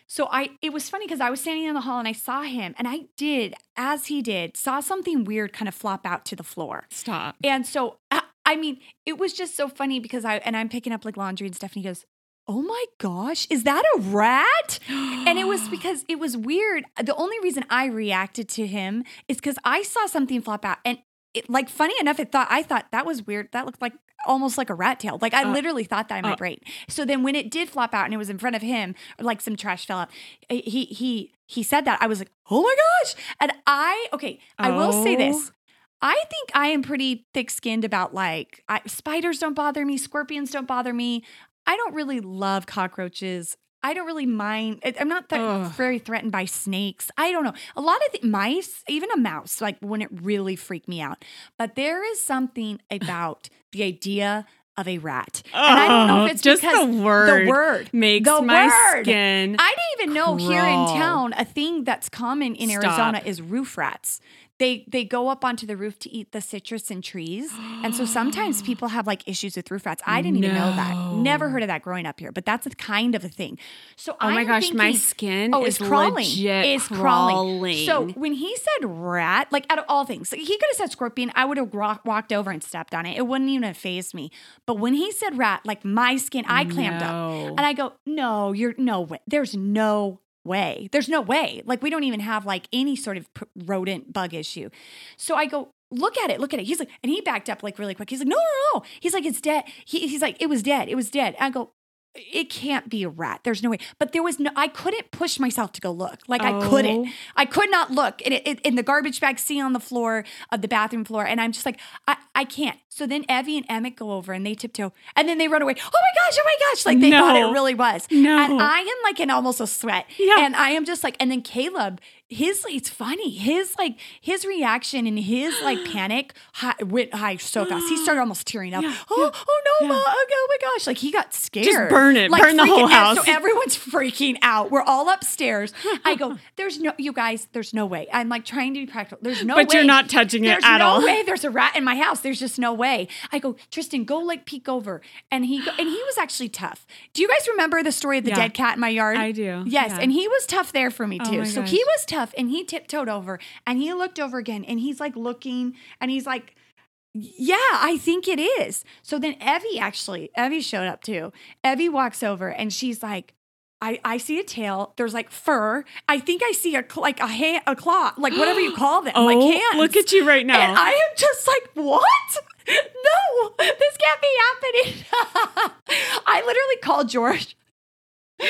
Speaker 2: So I it was funny because I was standing in the hall and I saw him, and I did as he did saw something weird kind of flop out to the floor. *gasps*
Speaker 1: Stop.
Speaker 2: And so, I, I mean, it was just so funny because I, and I'm picking up like laundry and stuff, and he goes, Oh my gosh, is that a rat? And it was because it was weird. The only reason I reacted to him is because I saw something flop out. And it, like, funny enough, it thought, I thought that was weird. That looked like almost like a rat tail. Like, I
Speaker 1: Uh,
Speaker 2: literally thought that in my
Speaker 1: uh.
Speaker 2: brain. So then when it did flop out and it was in front of him, like some trash fell out, he, he, he said that. I was like, Oh my gosh. And I, okay, I will say
Speaker 1: Oh.
Speaker 2: this. I think I am pretty thick skinned about like I, spiders don't bother me, scorpions don't bother me. I don't really love cockroaches. I don't really mind. I- I'm not that
Speaker 1: Ugh.
Speaker 2: very threatened by snakes. I don't know. A lot of the, mice, even a mouse, like wouldn't really freak me out. But there
Speaker 1: *laughs*
Speaker 2: is something about the idea of a rat. And I don't know if
Speaker 1: Oh,
Speaker 2: it's
Speaker 1: just
Speaker 2: because
Speaker 1: the word,
Speaker 2: the word.
Speaker 1: makes
Speaker 2: the
Speaker 1: my
Speaker 2: word.
Speaker 1: skin.
Speaker 2: I didn't even know here in
Speaker 1: Crawl.
Speaker 2: town a thing that's common in
Speaker 1: Stop.
Speaker 2: Arizona is roof rats. they they go up onto the roof to eat the citrus and trees. And
Speaker 1: *gasps*
Speaker 2: so sometimes people have like issues with roof rats. I didn't even know that. Never heard of that growing up here, but that's a kind of a thing. So
Speaker 1: Oh my
Speaker 2: I'm
Speaker 1: gosh, my
Speaker 2: thinking-
Speaker 1: skin
Speaker 2: Oh,
Speaker 1: is
Speaker 2: it's crawling.
Speaker 1: legit
Speaker 2: It's
Speaker 1: crawling.
Speaker 2: So when he said rat, like out of all things, like he could have said scorpion. I would have ro- walked over and stepped on it. It wouldn't even have phased me. But when he said rat, like my skin, I clammed up.
Speaker 1: No.
Speaker 2: And I go, no, you're no way. There's no way. There's no way. Like we don't even have like any sort of p- rodent bug issue. So I go, look at it, look at it. He's like, and he backed up like really quick. He's like, no, no, no. He's like, it's dead. He, he's like, it was dead. It was dead. I go, it can't be a rat. There's no way. But there was no. I couldn't push myself to go look. Like I couldn't.
Speaker 1: Oh.
Speaker 2: I could not look. And, it, it, and the garbage bag sitting on the floor of the bathroom floor. And I'm just like, I, I can't. So then Evie and Emmett go over and they tiptoe and then they run away. Oh my gosh, oh my gosh. Like they thought
Speaker 1: No.
Speaker 2: it really was.
Speaker 1: No.
Speaker 2: And I am like in almost a sweat.
Speaker 1: Yeah.
Speaker 2: And I am just like, and then Caleb, his, it's funny. His like, his reaction and his
Speaker 1: *gasps*
Speaker 2: like panic hi, went high so fast. He started almost tearing up.
Speaker 1: Yeah,
Speaker 2: Oh, oh no,
Speaker 1: yeah.
Speaker 2: Ma, oh, oh my gosh. Like he got scared.
Speaker 1: burn it. Burn the
Speaker 2: freaking
Speaker 1: whole
Speaker 2: out. So
Speaker 1: house. *laughs*
Speaker 2: everyone's freaking out. We're all upstairs.
Speaker 1: *laughs*
Speaker 2: I go, there's no, you guys, there's no way. I'm like trying to be practical. There's no way.
Speaker 1: But you're not touching it
Speaker 2: There's
Speaker 1: at
Speaker 2: no
Speaker 1: all.
Speaker 2: way there's a rat in my house. There's just no way. I go, Tristan, go like peek over. And he, go, and he was actually tough. Do you guys remember the story of the
Speaker 1: Yeah.
Speaker 2: dead cat in my yard?
Speaker 1: I do.
Speaker 2: Yes.
Speaker 1: Yeah. Oh
Speaker 2: And he was tough there for me too.
Speaker 1: my
Speaker 2: so
Speaker 1: gosh.
Speaker 2: he was tough and he tiptoed over and he looked over again and he's like looking and he's like, yeah, I think it is. So then Evie actually, Evie showed up too. Evie walks over and she's like, I, I see a tail. There's like fur. I think I see a cl- like a hand, a claw, like
Speaker 1: *gasps*
Speaker 2: whatever you call them,
Speaker 1: oh,
Speaker 2: like hands.
Speaker 1: look at you right now.
Speaker 2: And I am just like, what? No, this can't be happening. *laughs* I literally called George. so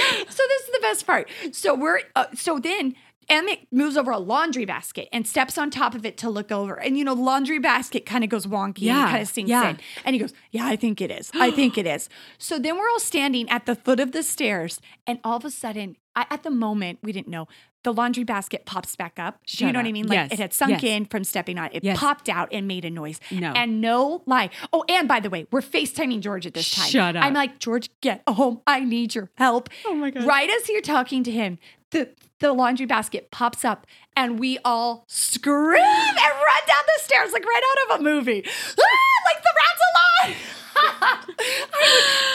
Speaker 2: this is the best part. So we're uh, so then Emmett moves over a laundry basket and steps on top of it to look over. And you know, laundry basket kind of goes wonky
Speaker 1: Yeah,
Speaker 2: and kind of sinks
Speaker 1: yeah.
Speaker 2: in. And he goes, Yeah, I think it is. I think it is. So then we're all standing at the foot of the stairs, and all of a sudden, I, at the moment, we didn't know. The laundry basket pops back up. Do you
Speaker 1: Shut
Speaker 2: know what I
Speaker 1: up.
Speaker 2: mean? Like
Speaker 1: Yes,
Speaker 2: it had sunk
Speaker 1: yes.
Speaker 2: in from stepping on it. It
Speaker 1: Yes.
Speaker 2: popped out and made a noise.
Speaker 1: No.
Speaker 2: And no lie. Oh, and by the way, we're FaceTiming George at this time.
Speaker 1: Shut up.
Speaker 2: I'm like, George, get home. I need your help.
Speaker 1: Oh my God.
Speaker 2: Right as you're talking to him, the, the laundry basket pops up and we all scream and run down the stairs like right out of a movie. Ah, like the *laughs* rat's alive. I mean,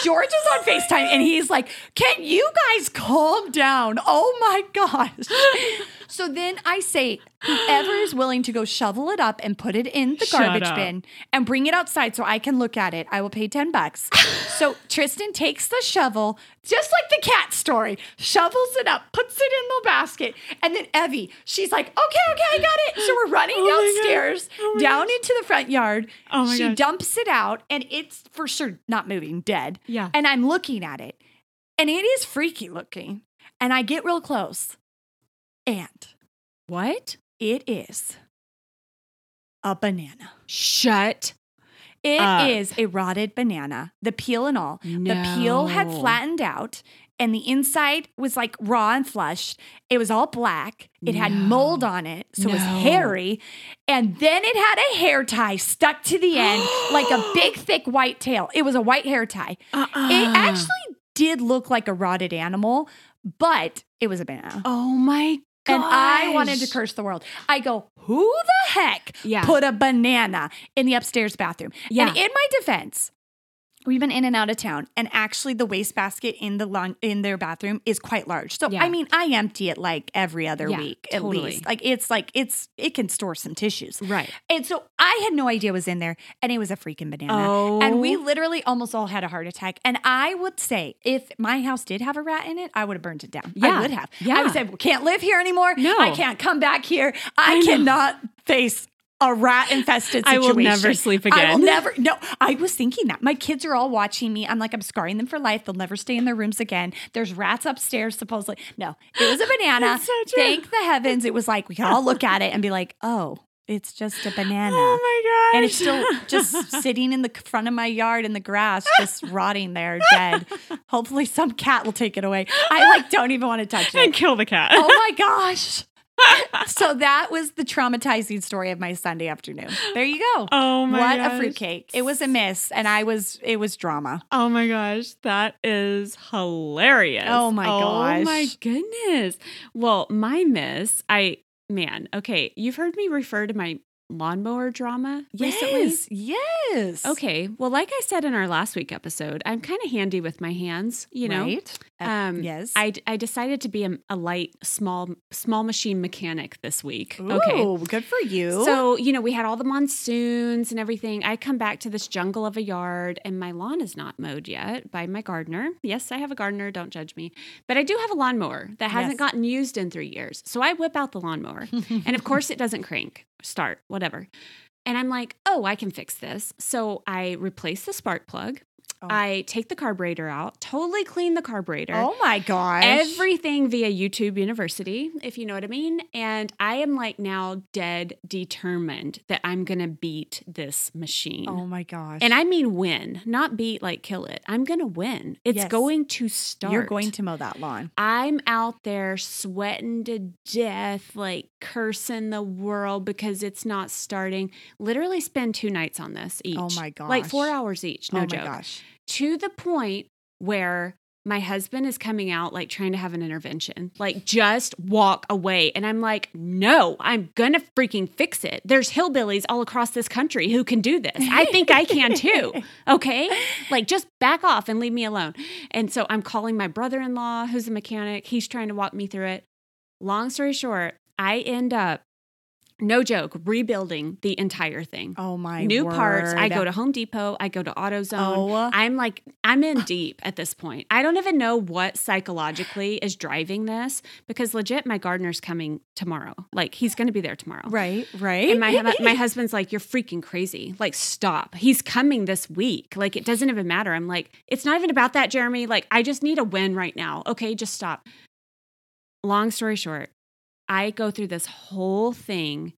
Speaker 2: George is
Speaker 1: Oh
Speaker 2: on FaceTime and he's like, Can you guys calm down? Oh my
Speaker 1: *laughs*
Speaker 2: gosh. So then I say, Whoever is willing to go shovel it up and put it in the
Speaker 1: Shut
Speaker 2: garbage
Speaker 1: up.
Speaker 2: bin and bring it outside so I can look at it, I will pay
Speaker 1: *laughs*
Speaker 2: 10 bucks. so Tristan takes the shovel, just like the cat story, shovels it up, puts it in the basket. And then Evie, she's like, Okay, okay, I got it. So
Speaker 1: *gasps*
Speaker 2: we're running
Speaker 1: Oh my God.
Speaker 2: downstairs,
Speaker 1: Oh my
Speaker 2: down into the front yard.
Speaker 1: Oh my
Speaker 2: she
Speaker 1: gosh.
Speaker 2: dumps it out and it's for sure not moving, dead.
Speaker 1: Yeah.
Speaker 2: And I'm looking at it and it is freaky looking. And I get real close and
Speaker 1: what?
Speaker 2: it is a banana.
Speaker 1: Shut.
Speaker 2: It is
Speaker 1: up.
Speaker 2: a rotted banana, the peel and all. The peel had
Speaker 1: No.
Speaker 2: flattened out and the inside was like raw and flushed. It was all black. It had mold on it, so it was
Speaker 1: No.
Speaker 2: hairy. And then it had a hair tie stuck to
Speaker 1: *gasps*
Speaker 2: the end like a big thick white tail. It was a white hair tie.
Speaker 1: Uh-uh.
Speaker 2: It actually did look like a rotted animal, but it was a banana.
Speaker 1: Oh my god.
Speaker 2: And I wanted to curse the world. I go, who the heck
Speaker 1: Yeah.
Speaker 2: put a banana in the upstairs bathroom?
Speaker 1: Yeah.
Speaker 2: And in my defense, we've been in and out of town, and actually the wastebasket in the lawn in their bathroom is quite large. So
Speaker 1: Yeah.
Speaker 2: I mean, I empty it like every other
Speaker 1: Yeah,
Speaker 2: week
Speaker 1: totally.
Speaker 2: at least. Like it's like it's it can store some tissues.
Speaker 1: Right.
Speaker 2: And so I had no idea it was in there, and it was a freaking banana.
Speaker 1: Oh.
Speaker 2: And we literally almost all had a heart attack. And I would say, if my house did have a rat in it, I would have burnt it down. I
Speaker 1: Yeah.
Speaker 2: would have. I
Speaker 1: Yeah.
Speaker 2: would say, well, can't live here anymore.
Speaker 1: No.
Speaker 2: I can't come back here. I,
Speaker 1: I know.
Speaker 2: cannot face a rat infested
Speaker 1: I
Speaker 2: situation.
Speaker 1: will never sleep
Speaker 2: I will
Speaker 1: again.
Speaker 2: never. No, I was thinking that. My kids are all watching me. I'm like, I'm scarring them for life. They'll never stay in their rooms again. There's rats upstairs, supposedly. No, it was a banana.
Speaker 1: That's so true.
Speaker 2: Thank the heavens. It was like, we can all look at it and be like, oh, it's just a banana
Speaker 1: *laughs* Oh my god.
Speaker 2: and it's still just sitting in the c- front of my yard in the grass,
Speaker 1: *laughs*
Speaker 2: just rotting there, dead. Hopefully, some cat will take it away. I
Speaker 1: *laughs*
Speaker 2: like don't even want to
Speaker 1: *laughs*
Speaker 2: touch
Speaker 1: and *laughs*
Speaker 2: it.
Speaker 1: kill the cat.
Speaker 2: Oh my gosh! So that was the traumatizing story of my Sunday afternoon. There you go.
Speaker 1: Oh my
Speaker 2: what a
Speaker 1: gosh.
Speaker 2: fruitcake! It was a miss, and I was it was drama.
Speaker 1: Oh my gosh, that is hilarious.
Speaker 2: Oh my
Speaker 1: Oh
Speaker 2: gosh.
Speaker 1: my goodness. Well, my miss, I man, okay, you've heard me refer to my lawnmower drama recently.
Speaker 2: Yes. Yes.
Speaker 1: Okay, well, like I said in our last week episode, I'm kind of handy with my hands, you know.
Speaker 2: Right? Uh,
Speaker 1: Um,
Speaker 2: yes.
Speaker 1: I, I decided to be a, a light, small, small machine mechanic this week. Okay.
Speaker 2: Ooh, good for you.
Speaker 1: So, you know, we had all the monsoons and everything. I come back to this jungle of a yard and my lawn is not mowed yet by my gardener. Yes, I have a gardener, don't judge me. But I do have a lawnmower that hasn't
Speaker 2: Yes.
Speaker 1: gotten used in three years. So I whip out the
Speaker 2: *laughs*
Speaker 1: lawnmower and of course it doesn't crank, start, whatever. And I'm like, oh, I can fix this. So I replace the spark plug.
Speaker 2: Oh.
Speaker 1: I take the carburetor out, totally clean the carburetor.
Speaker 2: oh my gosh.
Speaker 1: Everything via YouTube University, if you know what I mean. And I am like now dead determined that I'm going to beat this machine.
Speaker 2: Oh my gosh.
Speaker 1: and I mean win, not beat like kill it. I'm going to win. It's
Speaker 2: Yes.
Speaker 1: going to start.
Speaker 2: You're going to mow that lawn.
Speaker 1: I'm out there sweating to death, like cursing the world because it's not starting. Literally spend two nights on this each.
Speaker 2: Oh my gosh.
Speaker 1: Like four hours each. No
Speaker 2: oh
Speaker 1: joke
Speaker 2: my gosh.
Speaker 1: to the point where my husband is coming out like trying to have an intervention, like just walk away. And I'm like, no, I'm gonna freaking fix it. There's hillbillies all across this country who can do this. I think I can
Speaker 2: *laughs*
Speaker 1: too. Okay. Like just back off and leave me alone. And so I'm calling my brother in law, who's a mechanic. He's trying to walk me through it. Long story short, I end up, no joke, rebuilding the entire thing.
Speaker 2: Oh my
Speaker 1: New parts. I
Speaker 2: word.
Speaker 1: go to Home Depot, I go to AutoZone.
Speaker 2: Oh.
Speaker 1: I'm like, I'm in deep at this point. I don't even know what psychologically is driving this because legit, my gardener's coming tomorrow. Like, he's going to be there tomorrow.
Speaker 2: right, right.
Speaker 1: And my, hu- my husband's like, You're freaking crazy. Like, stop. He's coming this week. Like, it doesn't even matter. I'm like, It's not even about that, Jeremy. Like, I just need a win right now. Okay, just stop. Long story short, I go through this whole thing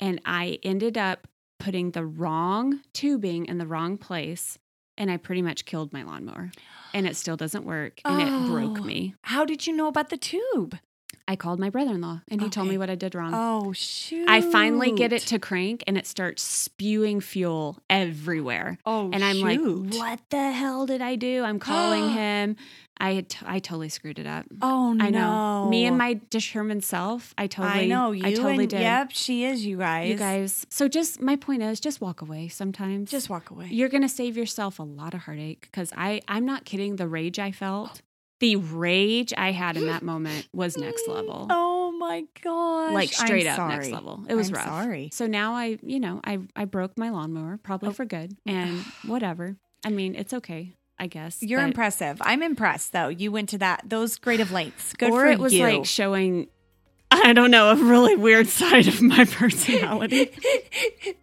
Speaker 1: and I ended up putting the wrong tubing in the wrong place. And I pretty much killed my lawnmower. And it still doesn't work. And it broke
Speaker 2: Oh.
Speaker 1: me.
Speaker 2: How did you know about the tube?
Speaker 1: I called my brother in law and he told
Speaker 2: Okay.
Speaker 1: me what I did wrong.
Speaker 2: Oh shoot.
Speaker 1: Um, I finally get it to crank and it starts spewing fuel everywhere.
Speaker 2: Oh,
Speaker 1: And I'm
Speaker 2: shoot.
Speaker 1: like, what the hell did I do? I'm
Speaker 2: *gasps*
Speaker 1: calling him. I had t- I totally screwed it up.
Speaker 2: Oh no.
Speaker 1: I know. Me and my determined self, I totally
Speaker 2: I know you
Speaker 1: I totally
Speaker 2: and,
Speaker 1: did.
Speaker 2: Yep, she is you guys.
Speaker 1: You guys. So just my point is just walk away sometimes.
Speaker 2: just walk away.
Speaker 1: you're going to save yourself a lot of heartache cuz I I'm not kidding the rage I felt. The rage I had
Speaker 2: *gasps*
Speaker 1: in that moment was next level
Speaker 2: Oh my gosh.
Speaker 1: like
Speaker 2: I'm
Speaker 1: straight up next
Speaker 2: sorry.
Speaker 1: level. It was
Speaker 2: I'm
Speaker 1: rough.
Speaker 2: sorry. Oh.
Speaker 1: So now I, you know, I I broke my lawnmower probably for good
Speaker 2: *sighs*
Speaker 1: and whatever. I mean, it's okay, I guess.
Speaker 2: You're
Speaker 1: but-
Speaker 2: impressive. I'm impressed though. You went to that those great of lengths. Good
Speaker 1: or
Speaker 2: for
Speaker 1: it was
Speaker 2: you.
Speaker 1: like showing *laughs* I don't know, a really weird side of my *laughs*
Speaker 2: *laughs*
Speaker 1: personality.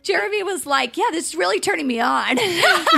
Speaker 2: Jeremy was like, "Yeah, this is really turning
Speaker 1: *laughs*
Speaker 2: me on."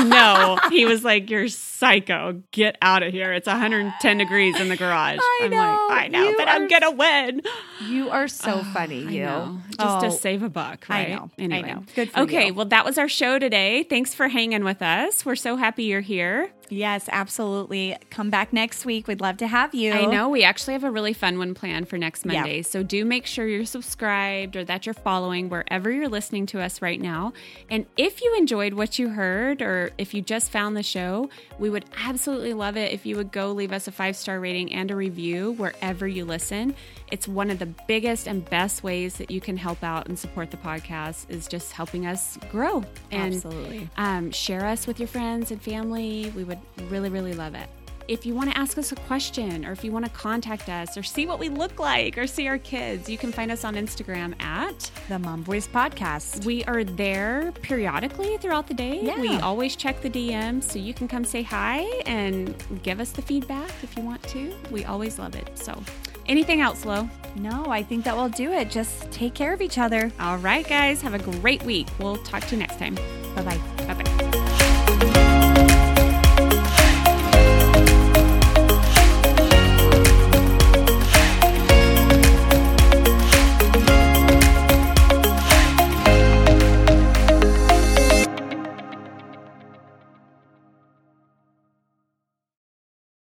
Speaker 1: no, he was like, "You're psycho. Get out of here. It's 110 degrees in the garage."
Speaker 2: I
Speaker 1: am
Speaker 2: know.
Speaker 1: like, "I know,
Speaker 2: You
Speaker 1: but
Speaker 2: are
Speaker 1: I'm gonna win."
Speaker 2: you are so funny.
Speaker 1: I
Speaker 2: You
Speaker 1: know. Just to
Speaker 2: Oh,
Speaker 1: save a buck,
Speaker 2: I
Speaker 1: right?
Speaker 2: know. I know. Good for
Speaker 1: okay,
Speaker 2: you.
Speaker 1: well, that was our show today. Thanks for hanging with us. We're so happy you're here.
Speaker 2: Yes, absolutely. Come back next week. We'd love to have you.
Speaker 1: I know we actually have a really fun one planned for next
Speaker 2: Yeah.
Speaker 1: Monday. So do make sure you're subscribed or that you're following wherever you're listening to us right now. And if you enjoyed what you heard or if you just found the show, we would absolutely love it if you would go leave us a five star rating and a review wherever you listen. It's one of the biggest and best ways that you can help out and support the podcast is just helping us grow and
Speaker 2: Absolutely.
Speaker 1: um, share us with your friends and family. We would really, really love it. If you want to ask us a question or if you want to contact us or see what we look like or see our kids, you can find us on Instagram at.
Speaker 2: The Mom Voice Podcast.
Speaker 1: We are there periodically throughout the day.
Speaker 2: Yeah.
Speaker 1: We always check the DMs, so you can come say hi and give us the feedback if you want to. We always love it. So, anything else, Lo?
Speaker 2: No, I think that will do it. Just take care of each other.
Speaker 1: All right, guys, have a great week. We'll talk to you next time.
Speaker 2: Bye bye.